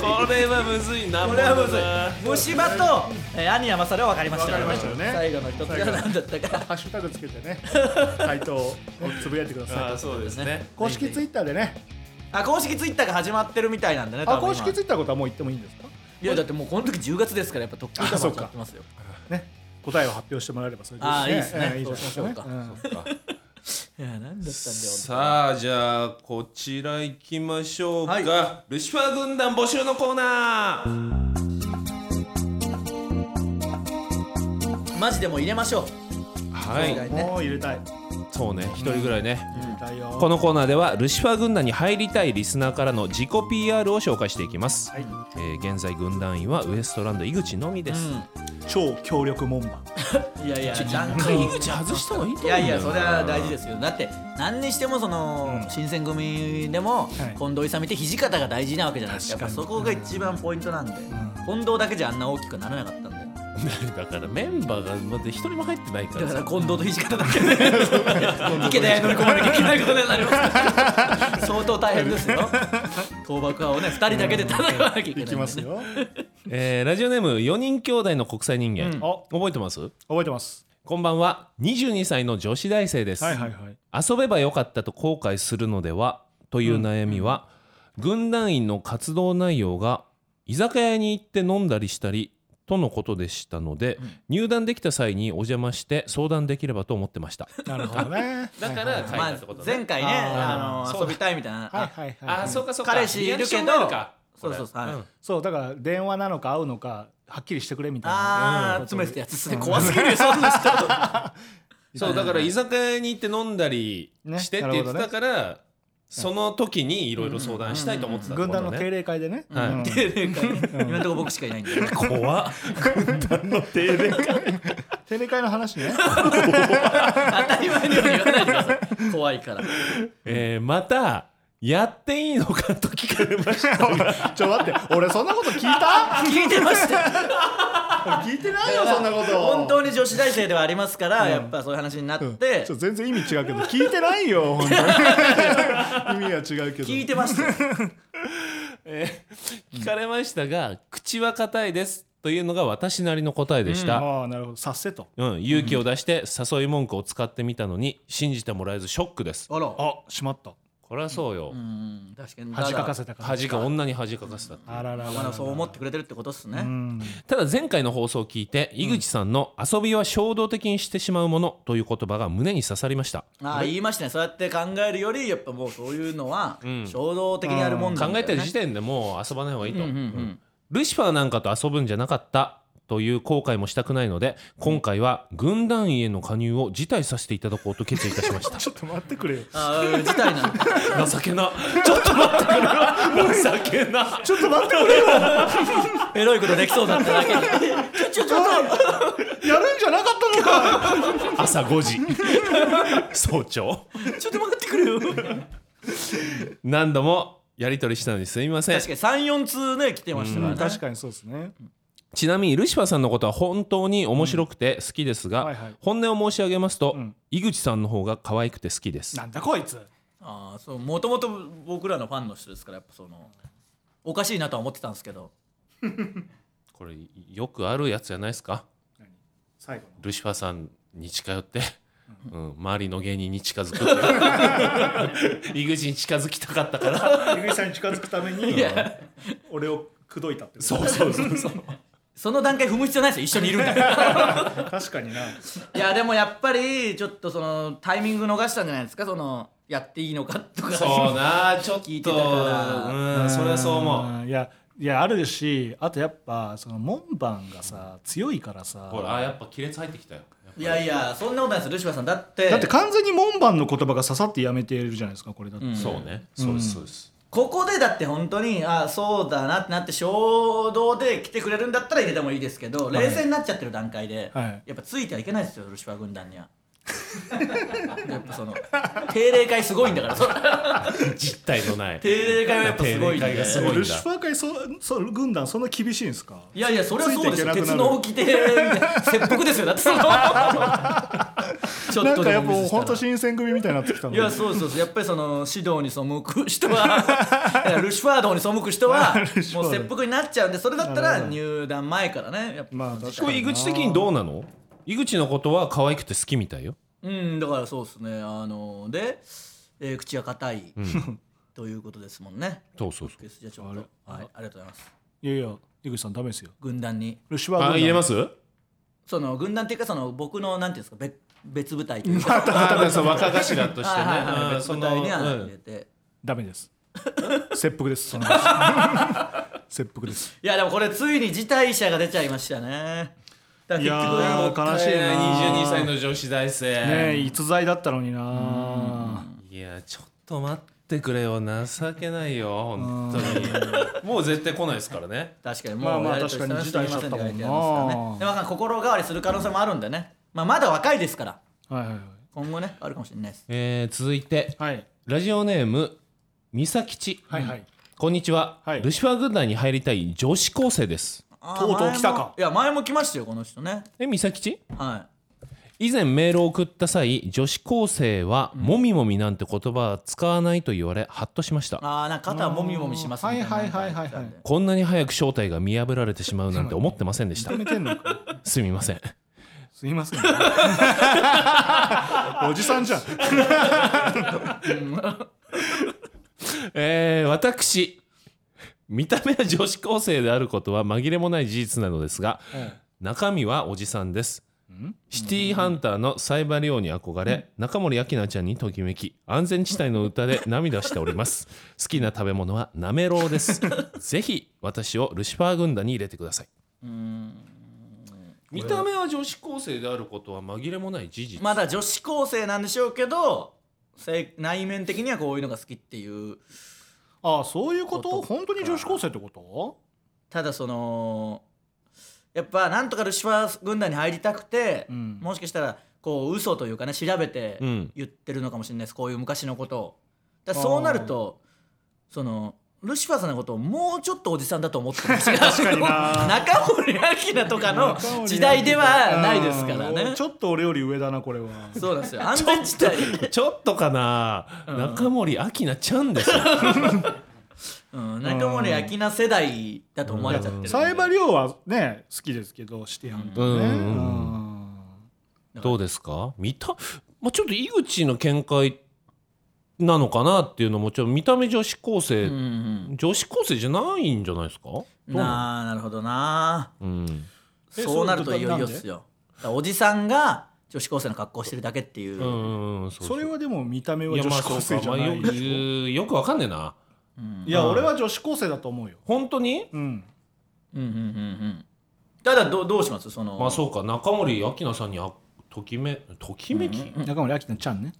[SPEAKER 1] これはむずいな
[SPEAKER 3] これはむずい虫歯とえー兄やまされは分かりましたよね
[SPEAKER 2] 分かりましたよね
[SPEAKER 3] 最後の一つが何だったか
[SPEAKER 2] ハッシュタグつけてね回答をつぶやいてくだ
[SPEAKER 1] あ
[SPEAKER 2] さ
[SPEAKER 1] あそうですね
[SPEAKER 2] い公式ツイッターでね
[SPEAKER 3] あ公式ツイッターが始まってるみたいなんでね
[SPEAKER 2] あ公式ツ
[SPEAKER 3] イ
[SPEAKER 2] イッターのことはもう言ってもいいんですか
[SPEAKER 3] いやだってもうこの時10月ですからやっぱ特急
[SPEAKER 2] あ
[SPEAKER 3] と
[SPEAKER 2] そう
[SPEAKER 3] か
[SPEAKER 2] か
[SPEAKER 3] やってますよ
[SPEAKER 2] ね答えを発表してもらえればそれ
[SPEAKER 3] あーいいですね
[SPEAKER 2] ええいいじゃないですかね
[SPEAKER 3] そうしましょうか
[SPEAKER 2] うん
[SPEAKER 3] いや何だったんだよ
[SPEAKER 1] さあじゃあこちら行きましょうか、
[SPEAKER 3] は
[SPEAKER 1] ルシファー軍団募集のコーナー
[SPEAKER 3] マジでもう入れましょう
[SPEAKER 1] は
[SPEAKER 3] そう
[SPEAKER 1] い
[SPEAKER 3] ね
[SPEAKER 2] もう入れたい
[SPEAKER 1] そうね一人ぐらいね、
[SPEAKER 2] 入れたいよ
[SPEAKER 1] このコーナーではルシファー軍団に入りたいリスナーからの自己 PR を紹介していきます、
[SPEAKER 2] はい
[SPEAKER 1] えー現在軍団員はウエストランド井口のみです、
[SPEAKER 2] 超強力門番
[SPEAKER 3] いやいやなん
[SPEAKER 1] 一
[SPEAKER 3] か
[SPEAKER 1] 回井口外した方がいいと思うん
[SPEAKER 3] いや
[SPEAKER 1] だよ
[SPEAKER 3] いやそれは大事
[SPEAKER 1] す
[SPEAKER 3] ですよだって何にしてもその、
[SPEAKER 2] うん
[SPEAKER 3] 新選組でも、
[SPEAKER 2] い
[SPEAKER 3] 近藤勇って土方が大事なわけじゃないですかやっ
[SPEAKER 2] 確
[SPEAKER 3] ぱ
[SPEAKER 2] か
[SPEAKER 3] そ
[SPEAKER 2] に
[SPEAKER 3] こが一番ポイントなんで、近藤だけじゃあんな大きくならなかったんで
[SPEAKER 1] だからメンバーがまだ一人も入ってないから
[SPEAKER 3] だから
[SPEAKER 1] さ
[SPEAKER 3] 近藤と土方だけで 池田屋に乗り込まなきゃいけないことになります相当大変ですよ倒幕派をね2人だけで戦わなきゃいけない
[SPEAKER 2] い
[SPEAKER 3] んでね、
[SPEAKER 2] きますよ
[SPEAKER 1] えーラジオネーム4人兄弟の国際人間、
[SPEAKER 3] うん
[SPEAKER 2] あ
[SPEAKER 1] 覚えてます
[SPEAKER 2] 覚えてます
[SPEAKER 1] こんばんは22歳の女子大生です、
[SPEAKER 2] はいはいはい
[SPEAKER 1] 遊べばよかったと後悔するのではという悩みは、軍団員の活動内容が居酒屋に行って飲んだりしたりとのことでしたので、入団できた際にお邪魔して相談できればと思ってました
[SPEAKER 2] なるほどね
[SPEAKER 1] だから
[SPEAKER 2] はいはい
[SPEAKER 3] まあ、前回ね
[SPEAKER 2] あ
[SPEAKER 3] あ
[SPEAKER 1] ーそうだ
[SPEAKER 3] の遊びたいみたいな、
[SPEAKER 2] はいはいはいはい
[SPEAKER 1] かそ
[SPEAKER 3] 彼氏いる
[SPEAKER 1] リ
[SPEAKER 3] けど
[SPEAKER 1] アクションがあるか
[SPEAKER 3] そうそうそうはい
[SPEAKER 1] ん
[SPEAKER 2] そうだから電話なのか会うのかはっきりしてくれみたいなう
[SPEAKER 3] あー
[SPEAKER 2] ん
[SPEAKER 3] 詰めてたやつそれ怖すぎるよそんな人
[SPEAKER 1] そうだから居酒屋に行って飲んだり
[SPEAKER 2] ね
[SPEAKER 1] してって言ってたから、その時にいろいろ相談したいと思ってたって
[SPEAKER 2] 軍
[SPEAKER 1] こと
[SPEAKER 2] 団の定例会でね、
[SPEAKER 1] はい
[SPEAKER 2] うん
[SPEAKER 3] っていうかね今のところ僕しかいないんで
[SPEAKER 1] 怖っ
[SPEAKER 2] 定例会の話ね
[SPEAKER 3] 当たり前のように言わないでください怖怖いから
[SPEAKER 1] えーまたやっていいのかと聞かれました
[SPEAKER 5] ちょ待って俺そんなこと聞いた
[SPEAKER 3] 聞いてましたよ
[SPEAKER 5] 聞いてないよそんなこと
[SPEAKER 3] 本当に女子大生ではありますから、やっぱそういう話になって、
[SPEAKER 5] ちょ全然意味違うけど聞いてないよ本当 に意味は違うけど
[SPEAKER 3] 聞いてましたよ
[SPEAKER 1] 聞かれましたが口は硬いですというのが私なりの答えでした、
[SPEAKER 2] ああなるほど察せと
[SPEAKER 1] うん、勇気を出して誘い文句を使ってみたのに信じてもらえずショックです
[SPEAKER 3] あら
[SPEAKER 2] あしまった
[SPEAKER 1] これはそうよ、
[SPEAKER 3] うん確かに
[SPEAKER 2] 恥かかせた
[SPEAKER 3] た
[SPEAKER 2] から
[SPEAKER 1] 恥か女に恥かかせたっていう
[SPEAKER 2] あららら
[SPEAKER 3] だまあそう思ってくれてるってことっすね、
[SPEAKER 2] うん
[SPEAKER 1] ただ前回の放送を聞いて井口さんの「遊びは衝動的にしてしまうもの」という言葉が胸に刺さりました
[SPEAKER 3] ああ言いましたねそうやって考えるよりやっぱもうそういうのは衝動的にやるもんな
[SPEAKER 1] 考
[SPEAKER 3] んだ
[SPEAKER 1] え
[SPEAKER 3] よね
[SPEAKER 1] てる時点でもう遊ばない方がいいと、
[SPEAKER 3] うんうんうん
[SPEAKER 1] ルシファーなんかと遊ぶんじゃなかったという後悔もしたくないので今回は軍団員への加入を辞退させていただこうと決意いたしました
[SPEAKER 5] ちょっと待ってくれよ
[SPEAKER 3] ああ事態なんだ
[SPEAKER 1] 情けなちょっと待ってくれよ情けな
[SPEAKER 5] ちょっと待ってくれよ
[SPEAKER 3] エロいことできそうだっただけにちょちょちょ
[SPEAKER 5] やるんじゃなかった のか
[SPEAKER 1] 朝5時早朝
[SPEAKER 3] ちょっと待ってくれよ
[SPEAKER 1] 何度もやり取りしたのにすみません
[SPEAKER 3] 確かに三四通ね来てましたからね
[SPEAKER 2] 確かにそうですね
[SPEAKER 1] ちなみにルシファーさんのことは本当に面白くて好きですが、
[SPEAKER 2] うんはいはい
[SPEAKER 1] 本音を申し上げますと、
[SPEAKER 2] ん
[SPEAKER 1] 井口さんの方が可愛くて好きです
[SPEAKER 2] なんだこいつ
[SPEAKER 3] ああそうもともと僕らのファンの人ですからやっぱそのおかしいなとは思ってたんですけど
[SPEAKER 1] これよくあるやつじゃないですか
[SPEAKER 5] 最後
[SPEAKER 1] ルシファーさんに近寄って、うん周りの芸人に近づく井口に近づきたかったから
[SPEAKER 5] の井口さんに近づくために俺を口説いたってこと
[SPEAKER 1] そうそうそうそう
[SPEAKER 3] その段階踏む必要ないですよ一緒にいるんだから
[SPEAKER 5] 確かにない
[SPEAKER 3] やでもやっぱりちょっとそのタイミング逃したんじゃないですかそのやっていいのかとか
[SPEAKER 1] そうなちょっと
[SPEAKER 3] 聞いてたから
[SPEAKER 1] うんそれはそう思う
[SPEAKER 2] うんいやいやあるしあとやっぱその門番がさ強いからさ
[SPEAKER 1] ほらあやっぱ亀裂入ってきたよ
[SPEAKER 3] いやいやそんなことないですよルシファーさんだって
[SPEAKER 2] だって完全に門番の言葉が刺さってやめてるじゃないですかこれだって、
[SPEAKER 3] ん
[SPEAKER 1] そうねそうですそうです、
[SPEAKER 3] ここでだって本当にあそうだなってなって衝動で来てくれるんだったら入れてもいいですけど、冷静になっちゃってる段階で、
[SPEAKER 2] はい
[SPEAKER 3] やっぱついてはいけないですよルシファー軍団には やっぱその定例会すごいんだからそ
[SPEAKER 1] 実体のない
[SPEAKER 3] 定例会はやっぱすごいん
[SPEAKER 1] 定例会
[SPEAKER 3] で
[SPEAKER 1] がすごいんだ
[SPEAKER 5] ルシファー会そそ軍団そんな厳しいんですか
[SPEAKER 3] いやいやそれはそうですよ
[SPEAKER 5] ついていけ
[SPEAKER 3] 鉄
[SPEAKER 5] なくなる
[SPEAKER 3] の掟で切腹ですよだっ てそのちょ
[SPEAKER 5] な
[SPEAKER 3] っ
[SPEAKER 5] ん
[SPEAKER 3] と
[SPEAKER 5] か
[SPEAKER 3] で
[SPEAKER 5] や
[SPEAKER 3] も
[SPEAKER 5] っぱ
[SPEAKER 3] ミスした
[SPEAKER 5] 本
[SPEAKER 3] ら
[SPEAKER 5] 当新選組みたいになってきたの
[SPEAKER 3] いやそうそうそうやっぱりその指導に背く人 はいやルシファードに背く人は
[SPEAKER 5] ルシファ
[SPEAKER 3] も
[SPEAKER 5] ード
[SPEAKER 3] う切腹になっちゃうんでそれだったら入団前からねやっぱ、
[SPEAKER 5] まあ確
[SPEAKER 1] こ
[SPEAKER 5] か
[SPEAKER 1] れ井口的にどうなの井口のことは可愛くて好きみたいよ
[SPEAKER 3] うんだからそうですねあので、えー口が硬い、 ということですもんね
[SPEAKER 1] そうそうそ
[SPEAKER 3] クリスじゃあちょっとはいありがとうございます
[SPEAKER 2] いやいや井口さんダメですよ
[SPEAKER 3] 軍団に
[SPEAKER 2] ルシファー軍
[SPEAKER 1] あ
[SPEAKER 2] 団
[SPEAKER 1] 入れます
[SPEAKER 3] その軍団っていうかその僕のなんていうんですか別別部隊というか、
[SPEAKER 1] あだからその若頭としてね
[SPEAKER 3] はいはいは
[SPEAKER 1] う
[SPEAKER 3] い
[SPEAKER 1] ん
[SPEAKER 3] 別
[SPEAKER 1] そ
[SPEAKER 3] 部隊
[SPEAKER 1] の
[SPEAKER 3] には入
[SPEAKER 1] う
[SPEAKER 3] れ
[SPEAKER 1] ん
[SPEAKER 3] て、
[SPEAKER 2] ダメです切腹ですその 話切腹です
[SPEAKER 3] いやでもこれついに辞退者が出ちゃいましたねだか
[SPEAKER 2] い
[SPEAKER 3] ら結局
[SPEAKER 2] やー悲しいな
[SPEAKER 1] 22歳の女子大生
[SPEAKER 2] ねえ逸材だったのにない
[SPEAKER 1] やちょっと待ってくれよ情けないよ本当にもう絶対来ないですからね
[SPEAKER 3] 確かに
[SPEAKER 2] まあ
[SPEAKER 3] もう
[SPEAKER 2] まあ
[SPEAKER 3] やり取
[SPEAKER 2] 確
[SPEAKER 3] り
[SPEAKER 2] かに
[SPEAKER 3] してます
[SPEAKER 2] 辞退しちゃったもんな
[SPEAKER 3] すいませんって書いてありますからねでまあ心変わりする可能性もあるんでね、まあ、まだ若いですから
[SPEAKER 2] はいはい
[SPEAKER 3] 今後ねあるかもしれないです
[SPEAKER 1] えー続いて
[SPEAKER 2] はいはい
[SPEAKER 1] ラジオネーム三崎吉
[SPEAKER 2] はいはい
[SPEAKER 1] こんにちは、
[SPEAKER 2] はい
[SPEAKER 1] ルシファー軍団に入りたい女子高生です
[SPEAKER 3] あー
[SPEAKER 2] とうとう来たか
[SPEAKER 3] 前もいや前も来ましたよこの人ね
[SPEAKER 1] え三崎吉
[SPEAKER 3] は
[SPEAKER 1] 以前メールを送った際女子高生は「もみもみ」なんて言葉は使わないと言われハッとしました
[SPEAKER 3] いああなんか肩もみもみしますみたいな
[SPEAKER 2] はいはいはいはいはい
[SPEAKER 1] こんなに早く正体が見破られてしまうなんて思ってませんで した
[SPEAKER 2] 認めてんのか
[SPEAKER 1] すみません
[SPEAKER 2] すい ません
[SPEAKER 5] おじさんじゃん
[SPEAKER 1] えー私見た目は女子高生であることは紛れもない事実なのですが、中身はおじさんですシティーハンターのサイバリオに憧れ、中森明菜ちゃんにときめき安全地帯の歌で涙しております 好きな食べ物はなめろうです ぜひ私をルシファー軍団に入れてください見た目は女子高生であることは紛れもない事実、
[SPEAKER 3] まだ女子高生なんでしょうけどせ内面的にはこういうのが好きっていう
[SPEAKER 2] ああそういうこと本当に女子高生ってこと
[SPEAKER 3] ただそのやっぱなんとかルシファー軍団に入りたくて、
[SPEAKER 6] うん
[SPEAKER 3] もしかしたらこう嘘というかね調べて
[SPEAKER 1] うん
[SPEAKER 3] 言ってるのかもしれないですこういう昔のことをだからそうなるとそのルシファーさんのことをもうちょっとおじさんだと思ってます確
[SPEAKER 2] かにな
[SPEAKER 3] 中森明菜とかの
[SPEAKER 6] 中森明菜
[SPEAKER 3] 時代ではないですから
[SPEAKER 6] うん
[SPEAKER 3] ね
[SPEAKER 6] ちょっと俺より上だなこれ は
[SPEAKER 3] そうなんですよ安全地帯
[SPEAKER 1] ちょっとかな、中森明菜ちゃんですよ
[SPEAKER 3] うん、中森明菜世代だと思われちゃってるんで
[SPEAKER 2] サイバリ
[SPEAKER 3] だか
[SPEAKER 2] ョウはね好きですけどシティハンター
[SPEAKER 1] うんう
[SPEAKER 2] ね
[SPEAKER 1] んうん
[SPEAKER 3] ら
[SPEAKER 1] どうですか見た、まあ、ちょっと井口の見解なのかなっていうのもちょっと見た目女子高生、
[SPEAKER 3] うんうん
[SPEAKER 1] 女子高生じゃないんじゃないですかどうな
[SPEAKER 3] なあなるほどな
[SPEAKER 1] のうん
[SPEAKER 6] え
[SPEAKER 3] そうなると
[SPEAKER 6] そう
[SPEAKER 3] いよいよっすよだからおじさんが女子高生の格好してるだけっていう、
[SPEAKER 1] うんうんうんそう
[SPEAKER 2] それはでも見た目はい
[SPEAKER 1] や
[SPEAKER 2] 女
[SPEAKER 1] ま
[SPEAKER 2] 子
[SPEAKER 1] あ
[SPEAKER 2] 高
[SPEAKER 1] そ
[SPEAKER 2] 生
[SPEAKER 1] う
[SPEAKER 2] じ
[SPEAKER 1] か、
[SPEAKER 2] ゃ
[SPEAKER 1] まあ、
[SPEAKER 2] な
[SPEAKER 1] よ
[SPEAKER 2] いで
[SPEAKER 1] く
[SPEAKER 2] しょ
[SPEAKER 1] よくわかんねえな
[SPEAKER 6] うんいや俺は女子高生だと思うよ
[SPEAKER 1] 本当に
[SPEAKER 2] うん
[SPEAKER 3] うんうんうんうんただどうどうしますその、
[SPEAKER 1] まあそうか中森明菜さんにあときめときめき、
[SPEAKER 6] 中森明菜ちゃんね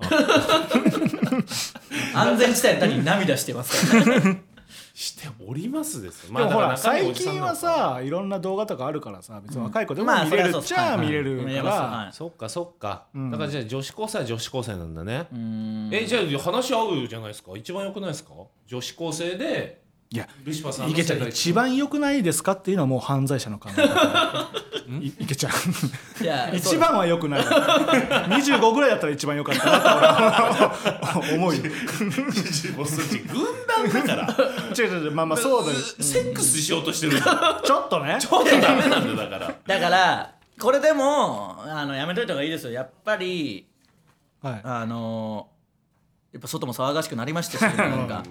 [SPEAKER 3] 安全地帯の谷に涙してますからね
[SPEAKER 1] しておりますですよ
[SPEAKER 2] でもほら
[SPEAKER 1] だから中身
[SPEAKER 2] 最
[SPEAKER 1] おじさんな
[SPEAKER 2] 近
[SPEAKER 1] の
[SPEAKER 2] は
[SPEAKER 1] か
[SPEAKER 2] さいろんな動画とかあるからさ別に若い子でも
[SPEAKER 3] まあ
[SPEAKER 2] 見れる
[SPEAKER 3] そりゃそう
[SPEAKER 2] っ
[SPEAKER 3] っす
[SPEAKER 2] ちゃ
[SPEAKER 3] はい
[SPEAKER 2] 見れる
[SPEAKER 3] 見
[SPEAKER 2] か
[SPEAKER 3] れますは
[SPEAKER 2] ら
[SPEAKER 3] い
[SPEAKER 1] そっかそっか、
[SPEAKER 2] うん
[SPEAKER 1] だからじゃあ女子高生は女子高生なんだね、
[SPEAKER 3] うん
[SPEAKER 1] えじゃあ話合うじゃないですか一番良くないですか女子高生で
[SPEAKER 2] いや
[SPEAKER 1] ルシファーさんの
[SPEAKER 2] いけちゃん
[SPEAKER 1] 世代
[SPEAKER 2] 一番良くないですかっていうのはもう犯罪者の考え方 いいけちゃん
[SPEAKER 3] いや
[SPEAKER 2] 一番は良くない25ぐらいだったら一番良かったなと俺は思うよ
[SPEAKER 1] もうそっち軍団だから
[SPEAKER 2] 違う違う違うまあまあそうだよ
[SPEAKER 1] セックスしようとしてるちょ
[SPEAKER 2] ちょっとね
[SPEAKER 1] っとダメなんだよだから
[SPEAKER 3] だからこれでもあのやめといた方がいいですよやっぱり
[SPEAKER 2] はい
[SPEAKER 3] あのやっぱ外も騒がしくなりました しなんか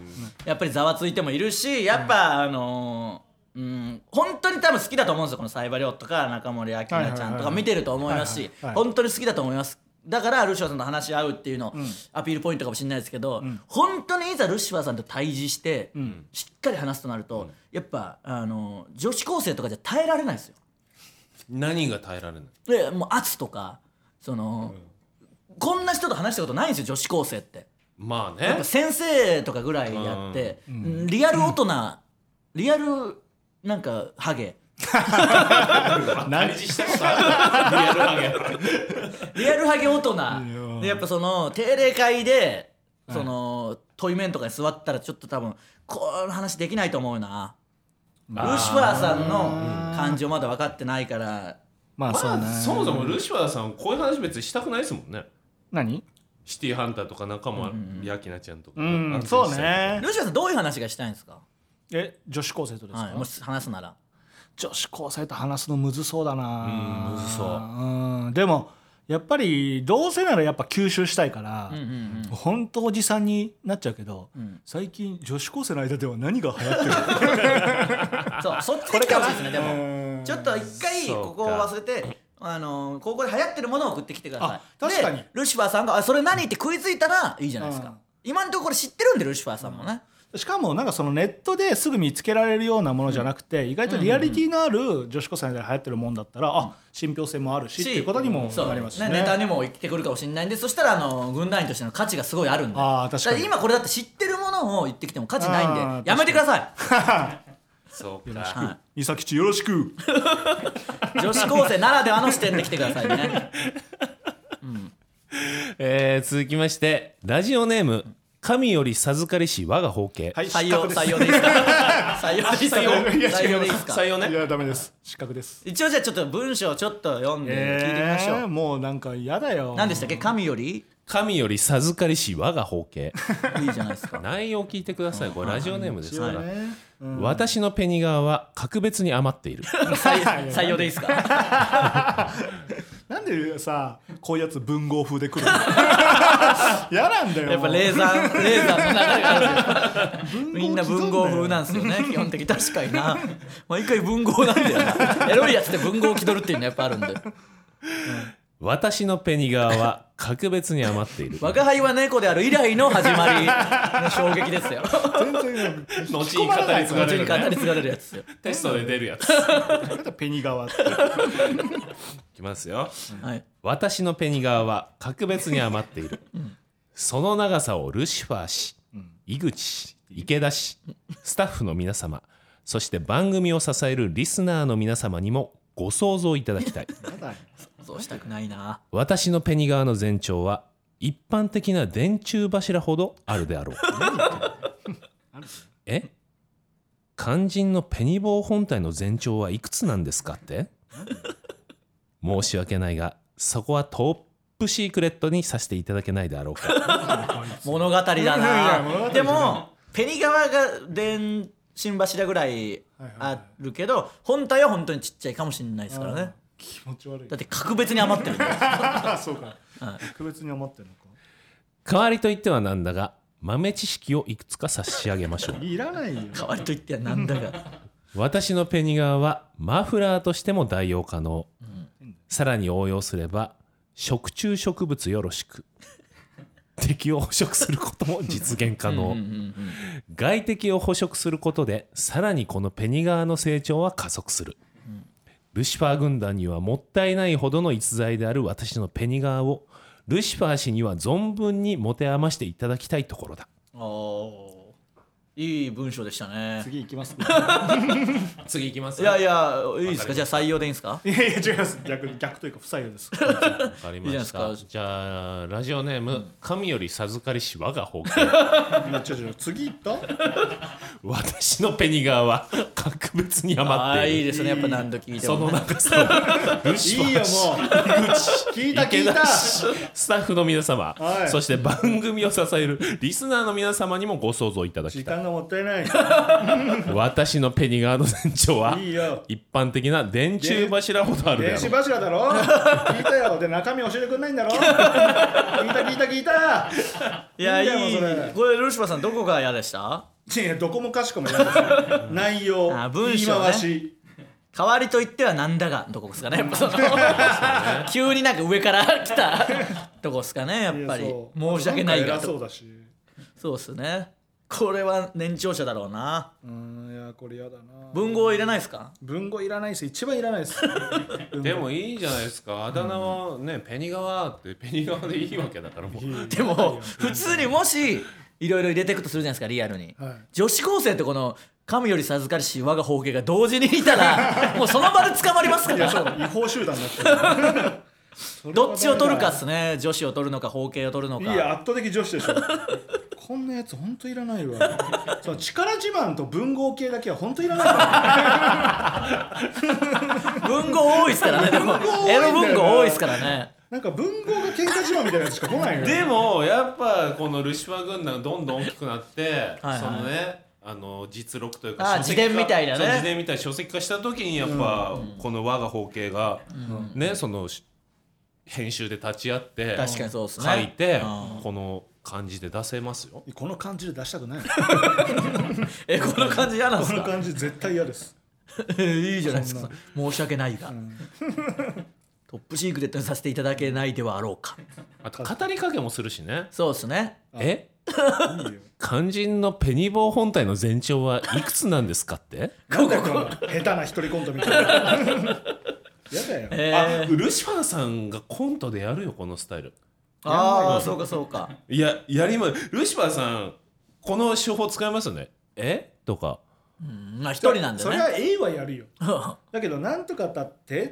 [SPEAKER 3] やっぱりざわついてもいるしやっぱ、あのうん、本当に多分好きだと思うんですよこのサイバリョウとか中森明菜ち
[SPEAKER 2] はい
[SPEAKER 3] ゃん
[SPEAKER 2] はい
[SPEAKER 3] と
[SPEAKER 2] は
[SPEAKER 3] か
[SPEAKER 2] い
[SPEAKER 3] 見てると思いますし
[SPEAKER 2] はいはいはい
[SPEAKER 3] 本当に好きだと思いますだからルシファーさんと話し合うっていうの、アピールポイントかもしれないですけど、本当にいざルシファーさんと対峙して、しっかり話すとなると、やっぱあの女子高生とかじゃ耐えられないですよ。
[SPEAKER 1] 何が耐えられない
[SPEAKER 3] でもう圧とかその、こんな人と話したことないんですよ女子高生って
[SPEAKER 1] まあ
[SPEAKER 3] やっ
[SPEAKER 1] ね
[SPEAKER 3] ぱ先生とかぐらいやって、リアル大人、リアルなんかハゲ
[SPEAKER 1] 何したことあるリアルハゲ
[SPEAKER 3] リアルハゲ大人でやっぱその定例会でその問い面とかに座ったらちょっと多分この話できないと思うなル
[SPEAKER 1] あー
[SPEAKER 3] シファーさんの感情まだ分かってないから
[SPEAKER 2] まあそうね
[SPEAKER 1] まあそもそもルシファーさんこういう話別にしたくないですもんね
[SPEAKER 2] 何
[SPEAKER 1] シティハンターとか仲間やきなちゃんとか
[SPEAKER 2] うんそうね
[SPEAKER 3] ルシファーさんどういう話がしたいんですか、
[SPEAKER 2] え女子高生とですか、
[SPEAKER 3] はい、もし話すなら
[SPEAKER 2] 女子高生と話すのむずそうだな
[SPEAKER 1] うんむずそう
[SPEAKER 2] うんでもやっぱりどうせならやっぱ吸収したいから、
[SPEAKER 3] うんうんうん
[SPEAKER 2] 本当おじさんになっちゃうけど、最近女子高生の間では何が流行ってる
[SPEAKER 3] そう、そっちで来てほしいですね、でも。
[SPEAKER 2] の
[SPEAKER 3] ちょっと一回、
[SPEAKER 1] そうか
[SPEAKER 3] ここを忘れて、あのー、高校で流行ってるものを送ってきてください。
[SPEAKER 2] あ確かに
[SPEAKER 3] でルシファーさんが、あ、それ何って食いついたら、いいじゃないです
[SPEAKER 2] う
[SPEAKER 3] か
[SPEAKER 2] ん。
[SPEAKER 3] 今のところ知ってるんで、ルシファーさんもね。
[SPEAKER 2] しかもなんかそのネットですぐ見つけられるようなものじゃなくて、意外とリアリティのある女子高生の間で流行ってるもんだったら、あ信憑性もあるしっていうことにも
[SPEAKER 3] そう
[SPEAKER 2] なりますしね
[SPEAKER 3] ねネタにも生きてくるかもしれないんで、そしたら、あのー、軍団員としての価値がすごいあるんで。
[SPEAKER 2] あー確かに
[SPEAKER 3] だ今これだって知ってるものを言ってきても価値ない
[SPEAKER 2] あ
[SPEAKER 3] ん
[SPEAKER 2] ー
[SPEAKER 3] で、やめてください。
[SPEAKER 1] そう
[SPEAKER 3] は
[SPEAKER 1] か
[SPEAKER 3] い
[SPEAKER 2] 伊崎吉よろしく
[SPEAKER 3] 女子高生ならではの視点で来てくだ さいね。
[SPEAKER 1] えー続きましてラジオネーム神より授かりし我が方形
[SPEAKER 2] はい
[SPEAKER 3] 採
[SPEAKER 2] 失
[SPEAKER 3] 用、
[SPEAKER 2] 格です
[SPEAKER 3] 採用でいい ですか採用でいいですか
[SPEAKER 2] いや
[SPEAKER 3] 採用でいいですか
[SPEAKER 1] 採用
[SPEAKER 2] い
[SPEAKER 1] ね
[SPEAKER 2] やダメです失格です
[SPEAKER 3] 一応じゃあちょっと文章をちょっと読んで聞いてみましょう、
[SPEAKER 2] えーもうなんか嫌だよ
[SPEAKER 3] 何でしたっけ神より
[SPEAKER 1] 神より授かりし我が方形
[SPEAKER 3] いいじゃないですか
[SPEAKER 1] 内容聞いてくださいこれラジオネームですか
[SPEAKER 2] そう
[SPEAKER 1] ら
[SPEAKER 2] ね
[SPEAKER 1] 私のペニ側は格別に余っている
[SPEAKER 3] 採 採用でいいですか
[SPEAKER 2] なんでさこういうやつ文豪風で来る の嫌なんだよ
[SPEAKER 3] やっぱレーザーレーザーの流れがあるんですよみんな文豪風なんです よね基本的に確かにな毎回文豪なんだよなエロいやつって文豪を気取るっていうのやっぱあるんで
[SPEAKER 1] 私のペニ側は格別に余っている
[SPEAKER 3] 若輩は猫である以来の始まりの衝撃ですよ
[SPEAKER 2] 全然
[SPEAKER 1] 後に語り継
[SPEAKER 3] 後
[SPEAKER 1] がれ
[SPEAKER 3] に
[SPEAKER 1] る
[SPEAKER 3] 語
[SPEAKER 1] ね
[SPEAKER 3] り継がれるやつですよ
[SPEAKER 1] テストで出るやつい
[SPEAKER 2] なんだペニ側っ て
[SPEAKER 1] きますよ
[SPEAKER 3] はい
[SPEAKER 1] 私のペニ側は格別に余っている、その長さをルシファー氏、井口氏池田氏スタッフの皆様そして番組を支えるリスナーの皆様にもご想像いただきたい
[SPEAKER 3] そうしたくないな
[SPEAKER 1] 私のペニ側の全長は一般的な電柱柱ほどあるであろうえ肝心のペニ棒本体の全長はいくつなんですかって申し訳ないがそこはトップシークレットにさせていただけないであろうか
[SPEAKER 3] 物語だ
[SPEAKER 2] いや物語じゃな
[SPEAKER 3] ないでもペニ側が電信柱ぐらいあるけど本体は本当にちっちゃいかもしれないですからね
[SPEAKER 2] 気持ち悪い
[SPEAKER 3] だって格別に余ってるんだよ
[SPEAKER 2] あそうか特別に思ってるのか
[SPEAKER 1] 代わりと言ってはなんだが豆知識をいくつか差し上げましょう
[SPEAKER 2] いら ないよ
[SPEAKER 3] 代わりと言ってはなんだ が
[SPEAKER 1] 私のペニ側はマフラーとしても代用可能、さらに応用すれば食虫植物よろし く敵を捕食することも実現可能外敵を捕食することでさらにこのペニ側の成長は加速する、ルシファー軍団にはもったいないほどの逸材である私のペニ側をルシファー氏には存分に持て余していただきたいところだ
[SPEAKER 3] おーいい文章でしたね
[SPEAKER 2] 次行きます
[SPEAKER 1] 次いきます
[SPEAKER 3] いやいやいいですかじゃあ採用でいいんですか
[SPEAKER 2] いやいや違います逆逆というか不採用 です
[SPEAKER 1] わかり
[SPEAKER 3] いいじゃな
[SPEAKER 1] ま
[SPEAKER 3] いで
[SPEAKER 1] し
[SPEAKER 3] すか
[SPEAKER 1] た。じゃあラジオネーム、神より授かりし我が方形
[SPEAKER 2] いや違う違う次行った
[SPEAKER 1] 私のペニ側は格別に
[SPEAKER 3] あ
[SPEAKER 1] 余っ
[SPEAKER 3] あ
[SPEAKER 1] ている
[SPEAKER 3] いいですねやっぱ何度聞いて
[SPEAKER 1] そ
[SPEAKER 3] も
[SPEAKER 1] の
[SPEAKER 3] ね
[SPEAKER 1] 中さル
[SPEAKER 2] い
[SPEAKER 1] シファ
[SPEAKER 2] い
[SPEAKER 1] ー
[SPEAKER 2] よもう聞いた聞い
[SPEAKER 1] 池
[SPEAKER 2] た
[SPEAKER 1] 田氏スタッフの皆様、
[SPEAKER 2] はい
[SPEAKER 1] そして番組を支えるリスナーの皆様にもご想像いただき
[SPEAKER 2] 時
[SPEAKER 1] たい
[SPEAKER 2] 間がもったいない
[SPEAKER 1] 私のペニ側の全長はい
[SPEAKER 2] いよ
[SPEAKER 1] 一般的な電柱柱ほどあるであ
[SPEAKER 2] 電
[SPEAKER 1] ろ
[SPEAKER 2] 子
[SPEAKER 1] う
[SPEAKER 2] 柱だ ろ聞いたよで中身教えてくんないんだろ聞いた聞いた聞いた
[SPEAKER 3] いや
[SPEAKER 2] いいんだよ
[SPEAKER 3] いい
[SPEAKER 2] それ
[SPEAKER 3] これルシファーさんどこが嫌でした
[SPEAKER 2] いやいやどこもかしこもやです内容
[SPEAKER 3] あ
[SPEAKER 2] 言
[SPEAKER 3] 文
[SPEAKER 2] い
[SPEAKER 3] 章ね
[SPEAKER 2] 回し
[SPEAKER 3] 代わりと言ってはなんだがどこですかねやっぱその 急になんか上から来た とこですかねやっぱり
[SPEAKER 2] いやそう
[SPEAKER 3] 申し訳ない
[SPEAKER 2] んか
[SPEAKER 3] が
[SPEAKER 2] 偉そう
[SPEAKER 3] と
[SPEAKER 2] だし
[SPEAKER 3] そうですねこれは年長者だろうな
[SPEAKER 2] うーんいやこれやだな
[SPEAKER 3] 文豪いらないですか
[SPEAKER 2] 文語いらないです一番いらないです
[SPEAKER 1] でもいいじゃないですかあだ名はね、ペニ側ってペニ側でいいわけだからもう
[SPEAKER 3] でも普通にもしいろいろ入れていくとするじゃないですかリアルに、
[SPEAKER 2] はい
[SPEAKER 3] 女子高生とこの神より授かりし我が方形が同時にい たらもうその場で捕まりますか
[SPEAKER 2] いやそう
[SPEAKER 3] ら
[SPEAKER 2] 違法集団になってる
[SPEAKER 3] どっちを取るかっ
[SPEAKER 2] そ
[SPEAKER 3] すね女子を取るのか方形を取るの
[SPEAKER 2] れ
[SPEAKER 3] か
[SPEAKER 2] はダメだいや圧倒的女子でしょこんなやつほんといらないわその力自慢と文豪系だけはほんといらないわ
[SPEAKER 3] 文豪多いっすから ねでも
[SPEAKER 2] 文豪多いんだ
[SPEAKER 3] エ
[SPEAKER 2] よな
[SPEAKER 3] ロ文豪多いっすからね
[SPEAKER 2] なんか文豪が喧嘩自慢みたいなやつしか来ないのよ
[SPEAKER 1] でもやっぱこのルシファー軍団がどんどん大きくなって
[SPEAKER 3] はい
[SPEAKER 1] そのねあの実録というか
[SPEAKER 3] あー
[SPEAKER 1] 書籍化
[SPEAKER 3] 自伝みたいなね
[SPEAKER 1] そう自伝みたいな書籍化した時にやっぱこの我が方形がねそのし編集で立ち会って
[SPEAKER 3] 確かにそうっすね
[SPEAKER 1] 書いて
[SPEAKER 3] うん
[SPEAKER 1] この感じで出せますよ
[SPEAKER 2] この感じで出したく ない
[SPEAKER 3] えこの感じ嫌なんで
[SPEAKER 2] こ
[SPEAKER 3] す
[SPEAKER 2] の
[SPEAKER 3] か
[SPEAKER 2] 感じ絶対嫌です
[SPEAKER 3] いいじゃないですか申し訳ないが、トップシークレットにさせていただけないではあろうか
[SPEAKER 1] あと語りかけもするしね
[SPEAKER 3] そうですね
[SPEAKER 1] え
[SPEAKER 2] いいよ
[SPEAKER 1] 肝心のペニ棒本体の全長はいくつなんですかって
[SPEAKER 2] なんだよこの下手な一人コントみたいなやだ
[SPEAKER 1] あ
[SPEAKER 2] よ、
[SPEAKER 1] ルシファーさんがコントでやるよこのスタイル
[SPEAKER 3] ああそうかそうか
[SPEAKER 1] いや、やりま、ルシファーさん、この手法使いますよね。えとか。
[SPEAKER 3] まあ一人なんだ
[SPEAKER 2] そ
[SPEAKER 3] よ
[SPEAKER 2] れ
[SPEAKER 3] ね
[SPEAKER 2] は A はやるよだけどなんとかたって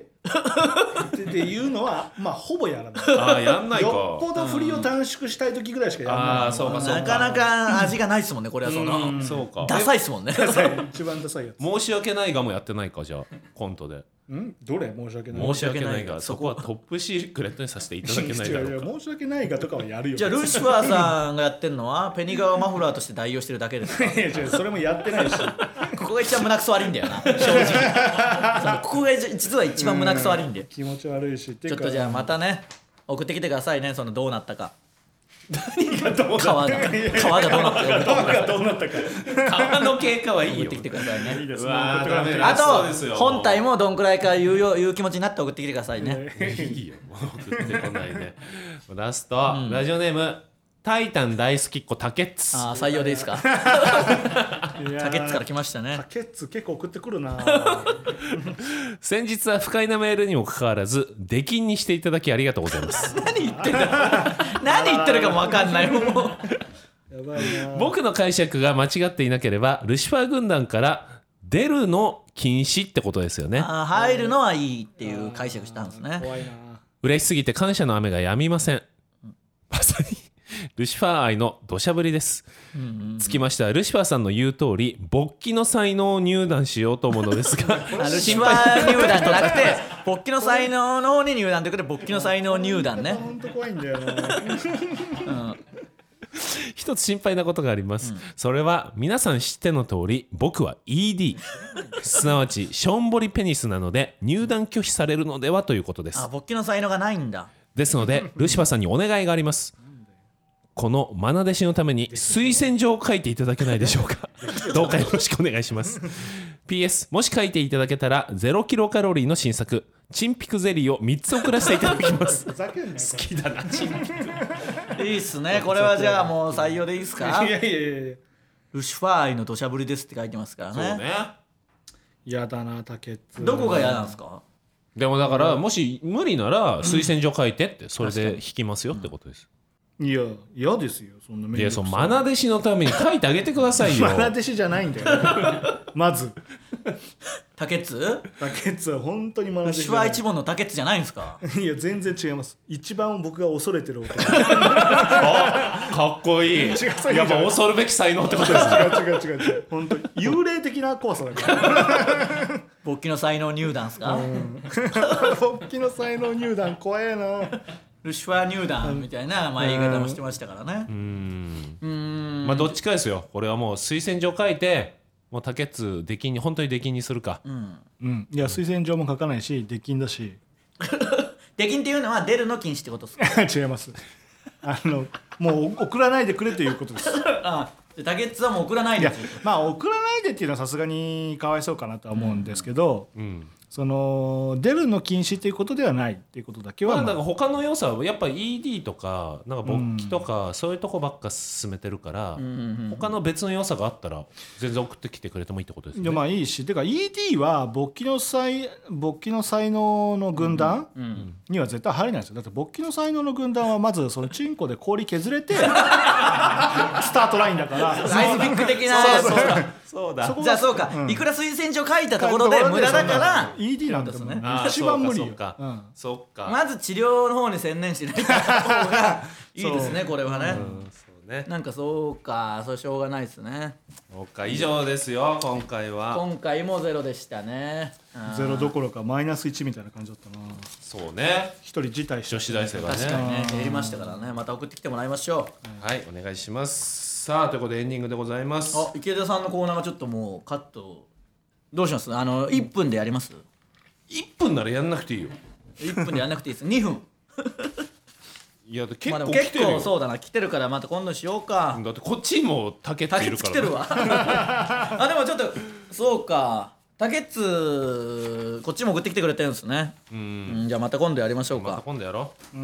[SPEAKER 2] ってっていうのはまあほぼやらない
[SPEAKER 1] ああ、やんないか。
[SPEAKER 2] よっぽど振りを短縮したい時ぐらいしかや
[SPEAKER 1] ああ、
[SPEAKER 2] ら
[SPEAKER 1] そうか、そうか。
[SPEAKER 3] なかなか味がないですもんねこれはその
[SPEAKER 1] うんそうか。
[SPEAKER 3] ダサいっすもんね
[SPEAKER 2] ない 一番ダサいやつ
[SPEAKER 1] え申し訳ないがもやってないか、じゃあ、コントで。
[SPEAKER 2] んどれ申し訳ない
[SPEAKER 1] 申し訳ない
[SPEAKER 3] 申し訳ないが
[SPEAKER 1] が、そこはトップシークレットにさせていただけないだ
[SPEAKER 2] 違う
[SPEAKER 1] ろ
[SPEAKER 2] 違
[SPEAKER 1] うか。
[SPEAKER 2] う申し訳ないがとかはやるよ
[SPEAKER 3] じゃあルシファーさんがやってるのはペニガワマフラーとして代用してるだけです か
[SPEAKER 2] いや違うそれもやってないし
[SPEAKER 3] ここが一番胸くそ悪いんだよな正直そのここが実は一番胸くそ悪いんだよ
[SPEAKER 2] 気持ち悪いしってい
[SPEAKER 3] ちょ
[SPEAKER 2] う
[SPEAKER 3] っ
[SPEAKER 2] か
[SPEAKER 3] とじゃあまたね送ってきてくださいねそのどうなったか
[SPEAKER 1] どう
[SPEAKER 3] 皮 が皮がどうなったか
[SPEAKER 2] がどうなったか
[SPEAKER 1] 川の経過はいい
[SPEAKER 3] 送っ
[SPEAKER 1] よ
[SPEAKER 3] て。きてくださいね
[SPEAKER 2] です
[SPEAKER 1] うわーダメだ
[SPEAKER 3] あ
[SPEAKER 1] そうです
[SPEAKER 3] と
[SPEAKER 1] よ
[SPEAKER 3] 本体もどんくらいか言うよ言う気持ちになって送ってきてくださいね。
[SPEAKER 1] いいよ、もう送ってこないね。ラスト、ラジオネーム、タイタン大好きっ子、タケッツ。
[SPEAKER 3] あー採用でいいですか。タケッツから来ました ね
[SPEAKER 2] タ。ケッツ結構送ってく るな
[SPEAKER 1] 先日は不快なメールにもかかわらず、出禁にしていただきありがとうございます。
[SPEAKER 3] 何言ってんだ。何言ってるかもわかんない。もう
[SPEAKER 2] やばいな
[SPEAKER 1] 僕の解釈が間違っていなければルシファー軍団から「出る」の禁止ってことですよね
[SPEAKER 3] あー入るのはいいっていう解釈したんですね
[SPEAKER 2] 怖いな
[SPEAKER 1] 嬉しすぎて感謝の雨が止みませんまさにルシファー愛の土砂降りです、つきましてはルシファーさんの言う通り勃起の才能を入団しようと思うのですが
[SPEAKER 3] あルシファー入団じゃなくて 勃起の才能の方に入団ということで勃起の才能入団ね
[SPEAKER 2] 本当怖いんだよな
[SPEAKER 1] 一つ心配なことがあります、それは皆さん知っての通り僕は ED すなわちしょんぼりペニスなので入団拒否されるのではということです
[SPEAKER 3] あ勃起の才能がないんだ
[SPEAKER 1] ですのでルシファーさんにお願いがありますこのマナ弟子のために推薦状を書いていただけないでしょう かどうかよろしくお願いします PS もし書いていただけたら0キロカロリーの新作チンピクゼリーを3つ送らせていただきます
[SPEAKER 2] ふざけ んな よ
[SPEAKER 1] 好きだない
[SPEAKER 3] いっす ねこれはじゃあもう採用でいいっすか
[SPEAKER 2] いやいやいやいや
[SPEAKER 3] ルシファー愛の土砂降りですって書いてますからね
[SPEAKER 2] 嫌だな竹津
[SPEAKER 3] どこが嫌なんですか
[SPEAKER 1] でもだからもし無理なら推薦状書いてってそれで引きますよってことです
[SPEAKER 2] いや嫌ですよそんなメ
[SPEAKER 1] いやそうマナ弟子のために書いてあげてくださ いよ
[SPEAKER 2] マナ弟子じゃないんだよ まず
[SPEAKER 3] 竹津
[SPEAKER 2] 竹津は本当にマナ
[SPEAKER 3] ル
[SPEAKER 2] 弟子
[SPEAKER 3] シ
[SPEAKER 2] じ
[SPEAKER 3] フ
[SPEAKER 2] ゃな
[SPEAKER 3] ァー
[SPEAKER 2] い
[SPEAKER 3] 一門の竹津じゃないんですか
[SPEAKER 2] いや全然違います一番僕が恐れてる男
[SPEAKER 1] かっこ いい
[SPEAKER 2] 違うそういう意味じゃない
[SPEAKER 1] やっぱ恐るべき才能ってことです
[SPEAKER 2] 違う違う違う違う本当に幽霊的な怖さだから
[SPEAKER 3] 勃起の才能入団ですか
[SPEAKER 2] 勃起の才能入団怖えな
[SPEAKER 3] ルシファー入団みたいなまあ言い方もしてましたからね
[SPEAKER 1] まあどっちかですよこれはもう推薦状書いてもう竹津出禁に本当に出禁にするか、
[SPEAKER 2] うんいや推薦状も書かないし出禁だし
[SPEAKER 3] 出禁っていうのは出るの禁止ってことですか
[SPEAKER 2] 違いますあのもう送らないでくれという ことです
[SPEAKER 3] あで竹津はもう送らな
[SPEAKER 2] い
[SPEAKER 3] いんで
[SPEAKER 2] や
[SPEAKER 3] すよ
[SPEAKER 2] まあ送らないでっていうのはさすがにかわいそうかなとは思うんですけど、その出るの禁止っていうことではないっていうことだけは、
[SPEAKER 1] まあ、だ
[SPEAKER 2] まあ
[SPEAKER 1] から他の要素はやっぱ ED とかなんか勃起とかそういうとこばっか進めてるから、他の別の要素があったら全然送ってきてくれてもいいってことです
[SPEAKER 2] いや
[SPEAKER 1] ね
[SPEAKER 2] まあいいしてか ED は勃起の才勃起の才能の軍団には絶対入れないんですよだって勃起の才能の軍団はまずそのチンコで氷削 れてスタートラインだから
[SPEAKER 3] サイズビック的なやつそう だ
[SPEAKER 1] そうだ
[SPEAKER 2] そこ
[SPEAKER 3] じゃあそうか、いくら推薦状書いたところで無駄だから
[SPEAKER 2] そんな ED なんです
[SPEAKER 3] ってこ
[SPEAKER 2] ね
[SPEAKER 3] とですね
[SPEAKER 1] あー
[SPEAKER 2] 一番無理
[SPEAKER 1] そ
[SPEAKER 2] よ
[SPEAKER 1] っかそっか,、そっか
[SPEAKER 3] まず治療の方に専念しない方 がいいですねこれはね、
[SPEAKER 1] うんそうね
[SPEAKER 3] なんかそうかそれしょうがないですね
[SPEAKER 1] そうか以上ですよ今回は
[SPEAKER 3] 今回もゼロでしたねうん
[SPEAKER 2] ゼロどころかマイナス1みたいな感じだったな
[SPEAKER 1] そうね
[SPEAKER 2] 一人辞退し
[SPEAKER 1] 女
[SPEAKER 2] て
[SPEAKER 1] 子大生がね
[SPEAKER 3] 確かにね減りましたからねまた送ってきてもらいましょう
[SPEAKER 1] はいお願いしますさあということでエンディングでございます
[SPEAKER 3] あ池田さんのコーナーがちょっともうカットどうしますあの1分でやります
[SPEAKER 1] 1分ならやんなくていいよ
[SPEAKER 3] 1分でやんなくていいです2分
[SPEAKER 1] いや結
[SPEAKER 3] まあで
[SPEAKER 1] 構
[SPEAKER 3] も
[SPEAKER 1] 来
[SPEAKER 3] 結
[SPEAKER 1] てるよ、
[SPEAKER 3] 構そうだな来てるからまた今度しようか
[SPEAKER 1] だってこっちにも竹ってい
[SPEAKER 3] 竹
[SPEAKER 1] る
[SPEAKER 3] 津
[SPEAKER 1] か
[SPEAKER 3] 来
[SPEAKER 1] ら
[SPEAKER 3] てるわあでもちょっとそうか竹津こっちも送ってきてくれてるんですね
[SPEAKER 1] うん
[SPEAKER 3] うんじゃあまた今度やりましょう
[SPEAKER 1] また
[SPEAKER 3] か
[SPEAKER 1] 今度やろう、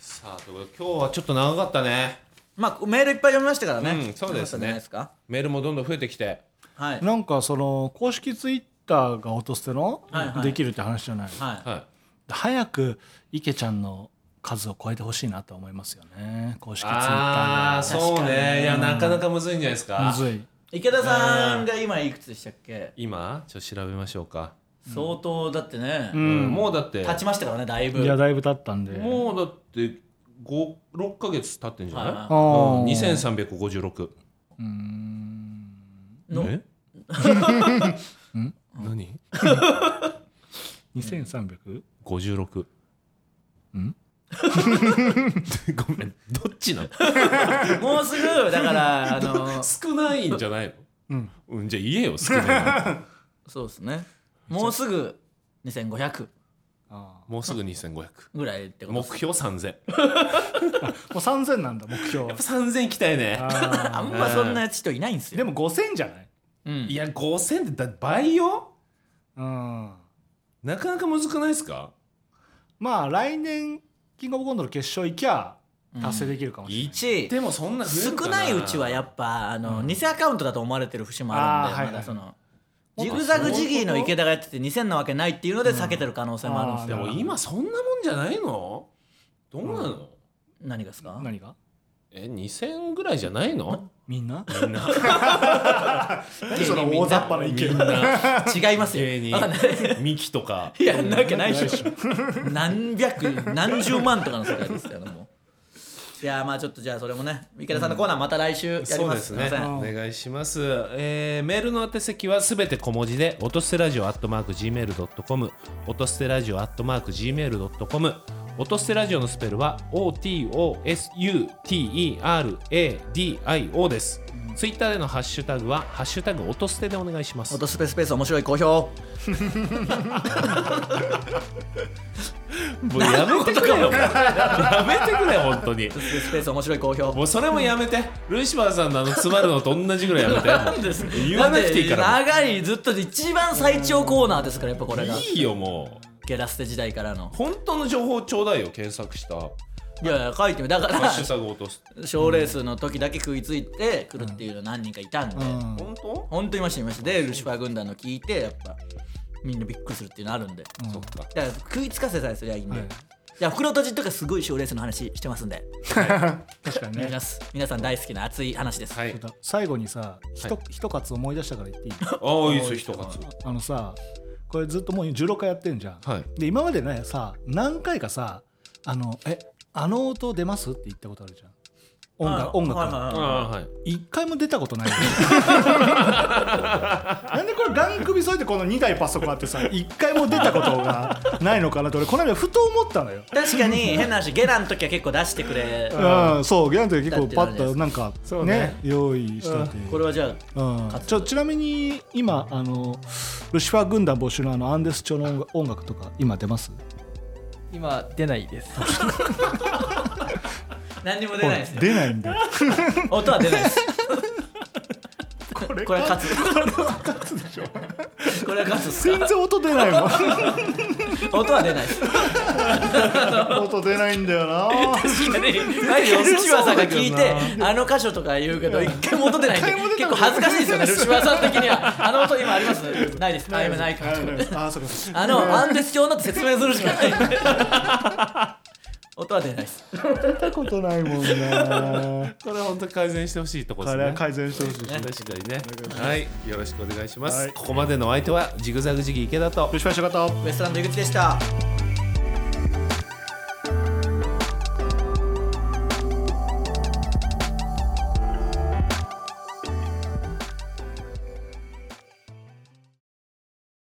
[SPEAKER 1] さあということで今日はちょっと長かったね
[SPEAKER 3] まあメールいっぱい読みましたからね
[SPEAKER 1] うんそうですね
[SPEAKER 3] よかったんじゃないですか
[SPEAKER 1] メールもどんどん増えてきて
[SPEAKER 3] はい
[SPEAKER 2] なんかその公式ツイッターが落としての
[SPEAKER 3] はいはい
[SPEAKER 2] できるって話じゃない
[SPEAKER 3] はい
[SPEAKER 1] は
[SPEAKER 2] 早く池ちゃんの数を超えてほしいなと思いますよね公
[SPEAKER 1] い
[SPEAKER 2] 式ツイッタ
[SPEAKER 1] あ
[SPEAKER 2] ー
[SPEAKER 1] あ
[SPEAKER 2] が
[SPEAKER 1] そうねいやなかなかむずいんじゃないですか
[SPEAKER 2] むずい
[SPEAKER 3] 池田さんが今いくつでしたっけ
[SPEAKER 1] 今ちょっと調べましょうか、
[SPEAKER 3] 相当だってね、
[SPEAKER 1] うんもうだって
[SPEAKER 3] 経ちましたからねだいぶ
[SPEAKER 2] いやだいぶ経ったんで
[SPEAKER 1] もうだって56か月経ってんじゃない、
[SPEAKER 3] は
[SPEAKER 1] うん、
[SPEAKER 2] あー
[SPEAKER 1] 2356
[SPEAKER 3] の
[SPEAKER 1] え何
[SPEAKER 2] 2300
[SPEAKER 1] 56
[SPEAKER 2] ん
[SPEAKER 1] ごめんどっちなの
[SPEAKER 3] もうすぐだからあ の
[SPEAKER 1] 少ないんじゃないの
[SPEAKER 2] うん
[SPEAKER 1] うん、じゃあ言えよ少 ないの
[SPEAKER 3] そうですねもうすぐ2500
[SPEAKER 2] あー
[SPEAKER 1] もうすぐ2500
[SPEAKER 3] ぐらいってこと
[SPEAKER 1] 目
[SPEAKER 3] っす
[SPEAKER 1] 標3000やっ
[SPEAKER 2] もう3000なんだ目 標
[SPEAKER 1] ぱ3000いきたいね
[SPEAKER 2] あ
[SPEAKER 3] あんまそんな人いないんです
[SPEAKER 2] ー
[SPEAKER 3] よ
[SPEAKER 2] でも5000じゃない
[SPEAKER 3] うん
[SPEAKER 1] いや5000ってだ倍よ
[SPEAKER 2] うん
[SPEAKER 1] なかなかむずくないですか
[SPEAKER 2] まあ来年キングオブコントの決勝行きゃ達成できるかもしれない、
[SPEAKER 3] し
[SPEAKER 1] でもそんな増え
[SPEAKER 3] 少
[SPEAKER 1] るか
[SPEAKER 3] ないうちはやっぱあの、偽アカウントだと思われてる節もある
[SPEAKER 2] あー
[SPEAKER 3] んでま
[SPEAKER 2] はいは
[SPEAKER 3] だ
[SPEAKER 2] い
[SPEAKER 3] そのジグザグジギーの池田がやってて2000なわけないっていうので避けてる可能性もあるんです
[SPEAKER 1] で
[SPEAKER 2] あ
[SPEAKER 3] よ
[SPEAKER 1] も
[SPEAKER 2] ー
[SPEAKER 1] 今そんなもんじゃないのどうなの、
[SPEAKER 3] 何がですか
[SPEAKER 2] 何が
[SPEAKER 1] え2000ぐらいじゃないの
[SPEAKER 2] みんな
[SPEAKER 1] みんな
[SPEAKER 5] 何その大雑把な意見
[SPEAKER 3] 違いますよ
[SPEAKER 1] 芸人
[SPEAKER 3] わかんない
[SPEAKER 1] ミキとか
[SPEAKER 3] いやんなわけないでしょ何百何十万とかの世界ですからもういやーまあちょっとじゃあそれもね池田さんのコーナーまた来週やります、
[SPEAKER 1] そうですね
[SPEAKER 3] いません
[SPEAKER 1] お願いします、えーメールの宛先はすべて小文字で音捨てラジオアットマーク Gmail.com 音捨てラジオアットマーク Gmail.com 音捨てラジオのスペルは OTOSUTERADIO です、ツイッターでのハッシュタグは「ハッシュタグ音捨て」でお願いします
[SPEAKER 3] 音スペスペース面白い好評
[SPEAKER 1] もうやめてくれよもうやめてくれよ本当に
[SPEAKER 3] 音スペスペース面白い好評
[SPEAKER 1] もうそれもやめてルシファーさんのあの詰まるのと同じぐらいやめてもう言わなくていいか
[SPEAKER 3] だ
[SPEAKER 1] ら
[SPEAKER 3] って長いずっと一番最長コーナーですからやっぱこれが
[SPEAKER 1] いいよもう
[SPEAKER 3] ゲラステ時代からの
[SPEAKER 1] 本当の情報ちょうだいよ検索したハ
[SPEAKER 3] いやいや書いてみだか
[SPEAKER 1] ッ
[SPEAKER 3] ら
[SPEAKER 1] シュタグ落とす
[SPEAKER 3] 賞レースの時だけ食いついてくるっていうの何人かいたんで、
[SPEAKER 1] 本当
[SPEAKER 3] 本当いましたいましたでルシファー軍団の聞いてやっぱみんなびっくりするっていうのあるんで、
[SPEAKER 1] そっか
[SPEAKER 3] だから食いつかせさえすりゃいいんで、い、や袋閉じとかすごい賞レースの話してますんで
[SPEAKER 2] 確かに
[SPEAKER 3] お願い
[SPEAKER 2] ね
[SPEAKER 3] します皆さん大好きな熱い話です、
[SPEAKER 1] はい
[SPEAKER 2] 最後にさひとひとかつ思い出したから言っていい
[SPEAKER 1] ああいいですよ一発
[SPEAKER 2] あのさこれずっともう16回やってんじゃん
[SPEAKER 1] はい
[SPEAKER 2] で今までねさ何回かさ「あのえあの音出ます?」って言ったことあるじゃん音楽音楽、
[SPEAKER 3] はいはい
[SPEAKER 1] あ
[SPEAKER 3] はい
[SPEAKER 1] あはい
[SPEAKER 2] 一回も出たことないよね
[SPEAKER 5] なんでこれガン首添えてこの2台パソコンあってさ一回も出たことがないのかなと俺この間ふと思ったのよ
[SPEAKER 3] 確かに変な話ゲラの時は結構出してくれ
[SPEAKER 5] うん、そうギャンって結構パッ
[SPEAKER 3] だって
[SPEAKER 5] となんか
[SPEAKER 2] そうね
[SPEAKER 5] ね用意したっていう
[SPEAKER 3] これはじゃあ
[SPEAKER 5] うんちょちなみに今あのルシファー軍団募集のあのアンデス調の音楽音楽とか今出ます
[SPEAKER 7] 今出ないです
[SPEAKER 3] 何にも出ないですね
[SPEAKER 5] 出ないんで
[SPEAKER 3] 音は出ないですこれは勝つこれは勝つでしょこれは勝つっす
[SPEAKER 5] 全
[SPEAKER 3] か
[SPEAKER 5] 然音出ないも
[SPEAKER 3] 音は出ないです
[SPEAKER 5] ん音出ないんだよな
[SPEAKER 3] 何よルシファーさんが聞いてあの箇所とか言うけど一回も音出ないんで結構恥ずかしいですよねルシファーさん的にはあの音今ありますないですあ今ないか
[SPEAKER 5] あそうかそうか
[SPEAKER 3] あのアンデス教だって説明するしかないんで音は出ないです
[SPEAKER 5] 出たことないもんな
[SPEAKER 1] これは本当に改善してほしいとこで
[SPEAKER 5] あ
[SPEAKER 1] す
[SPEAKER 5] れは
[SPEAKER 1] ね
[SPEAKER 5] 改善してほしいですね
[SPEAKER 1] 確かにねはいよろしくお願いしま
[SPEAKER 5] は
[SPEAKER 1] す
[SPEAKER 5] い
[SPEAKER 1] ここまでのお相手はジグザグジギ池田と
[SPEAKER 5] ルシファー仕方
[SPEAKER 3] ウエストランド井口でした
[SPEAKER 5] バイバイ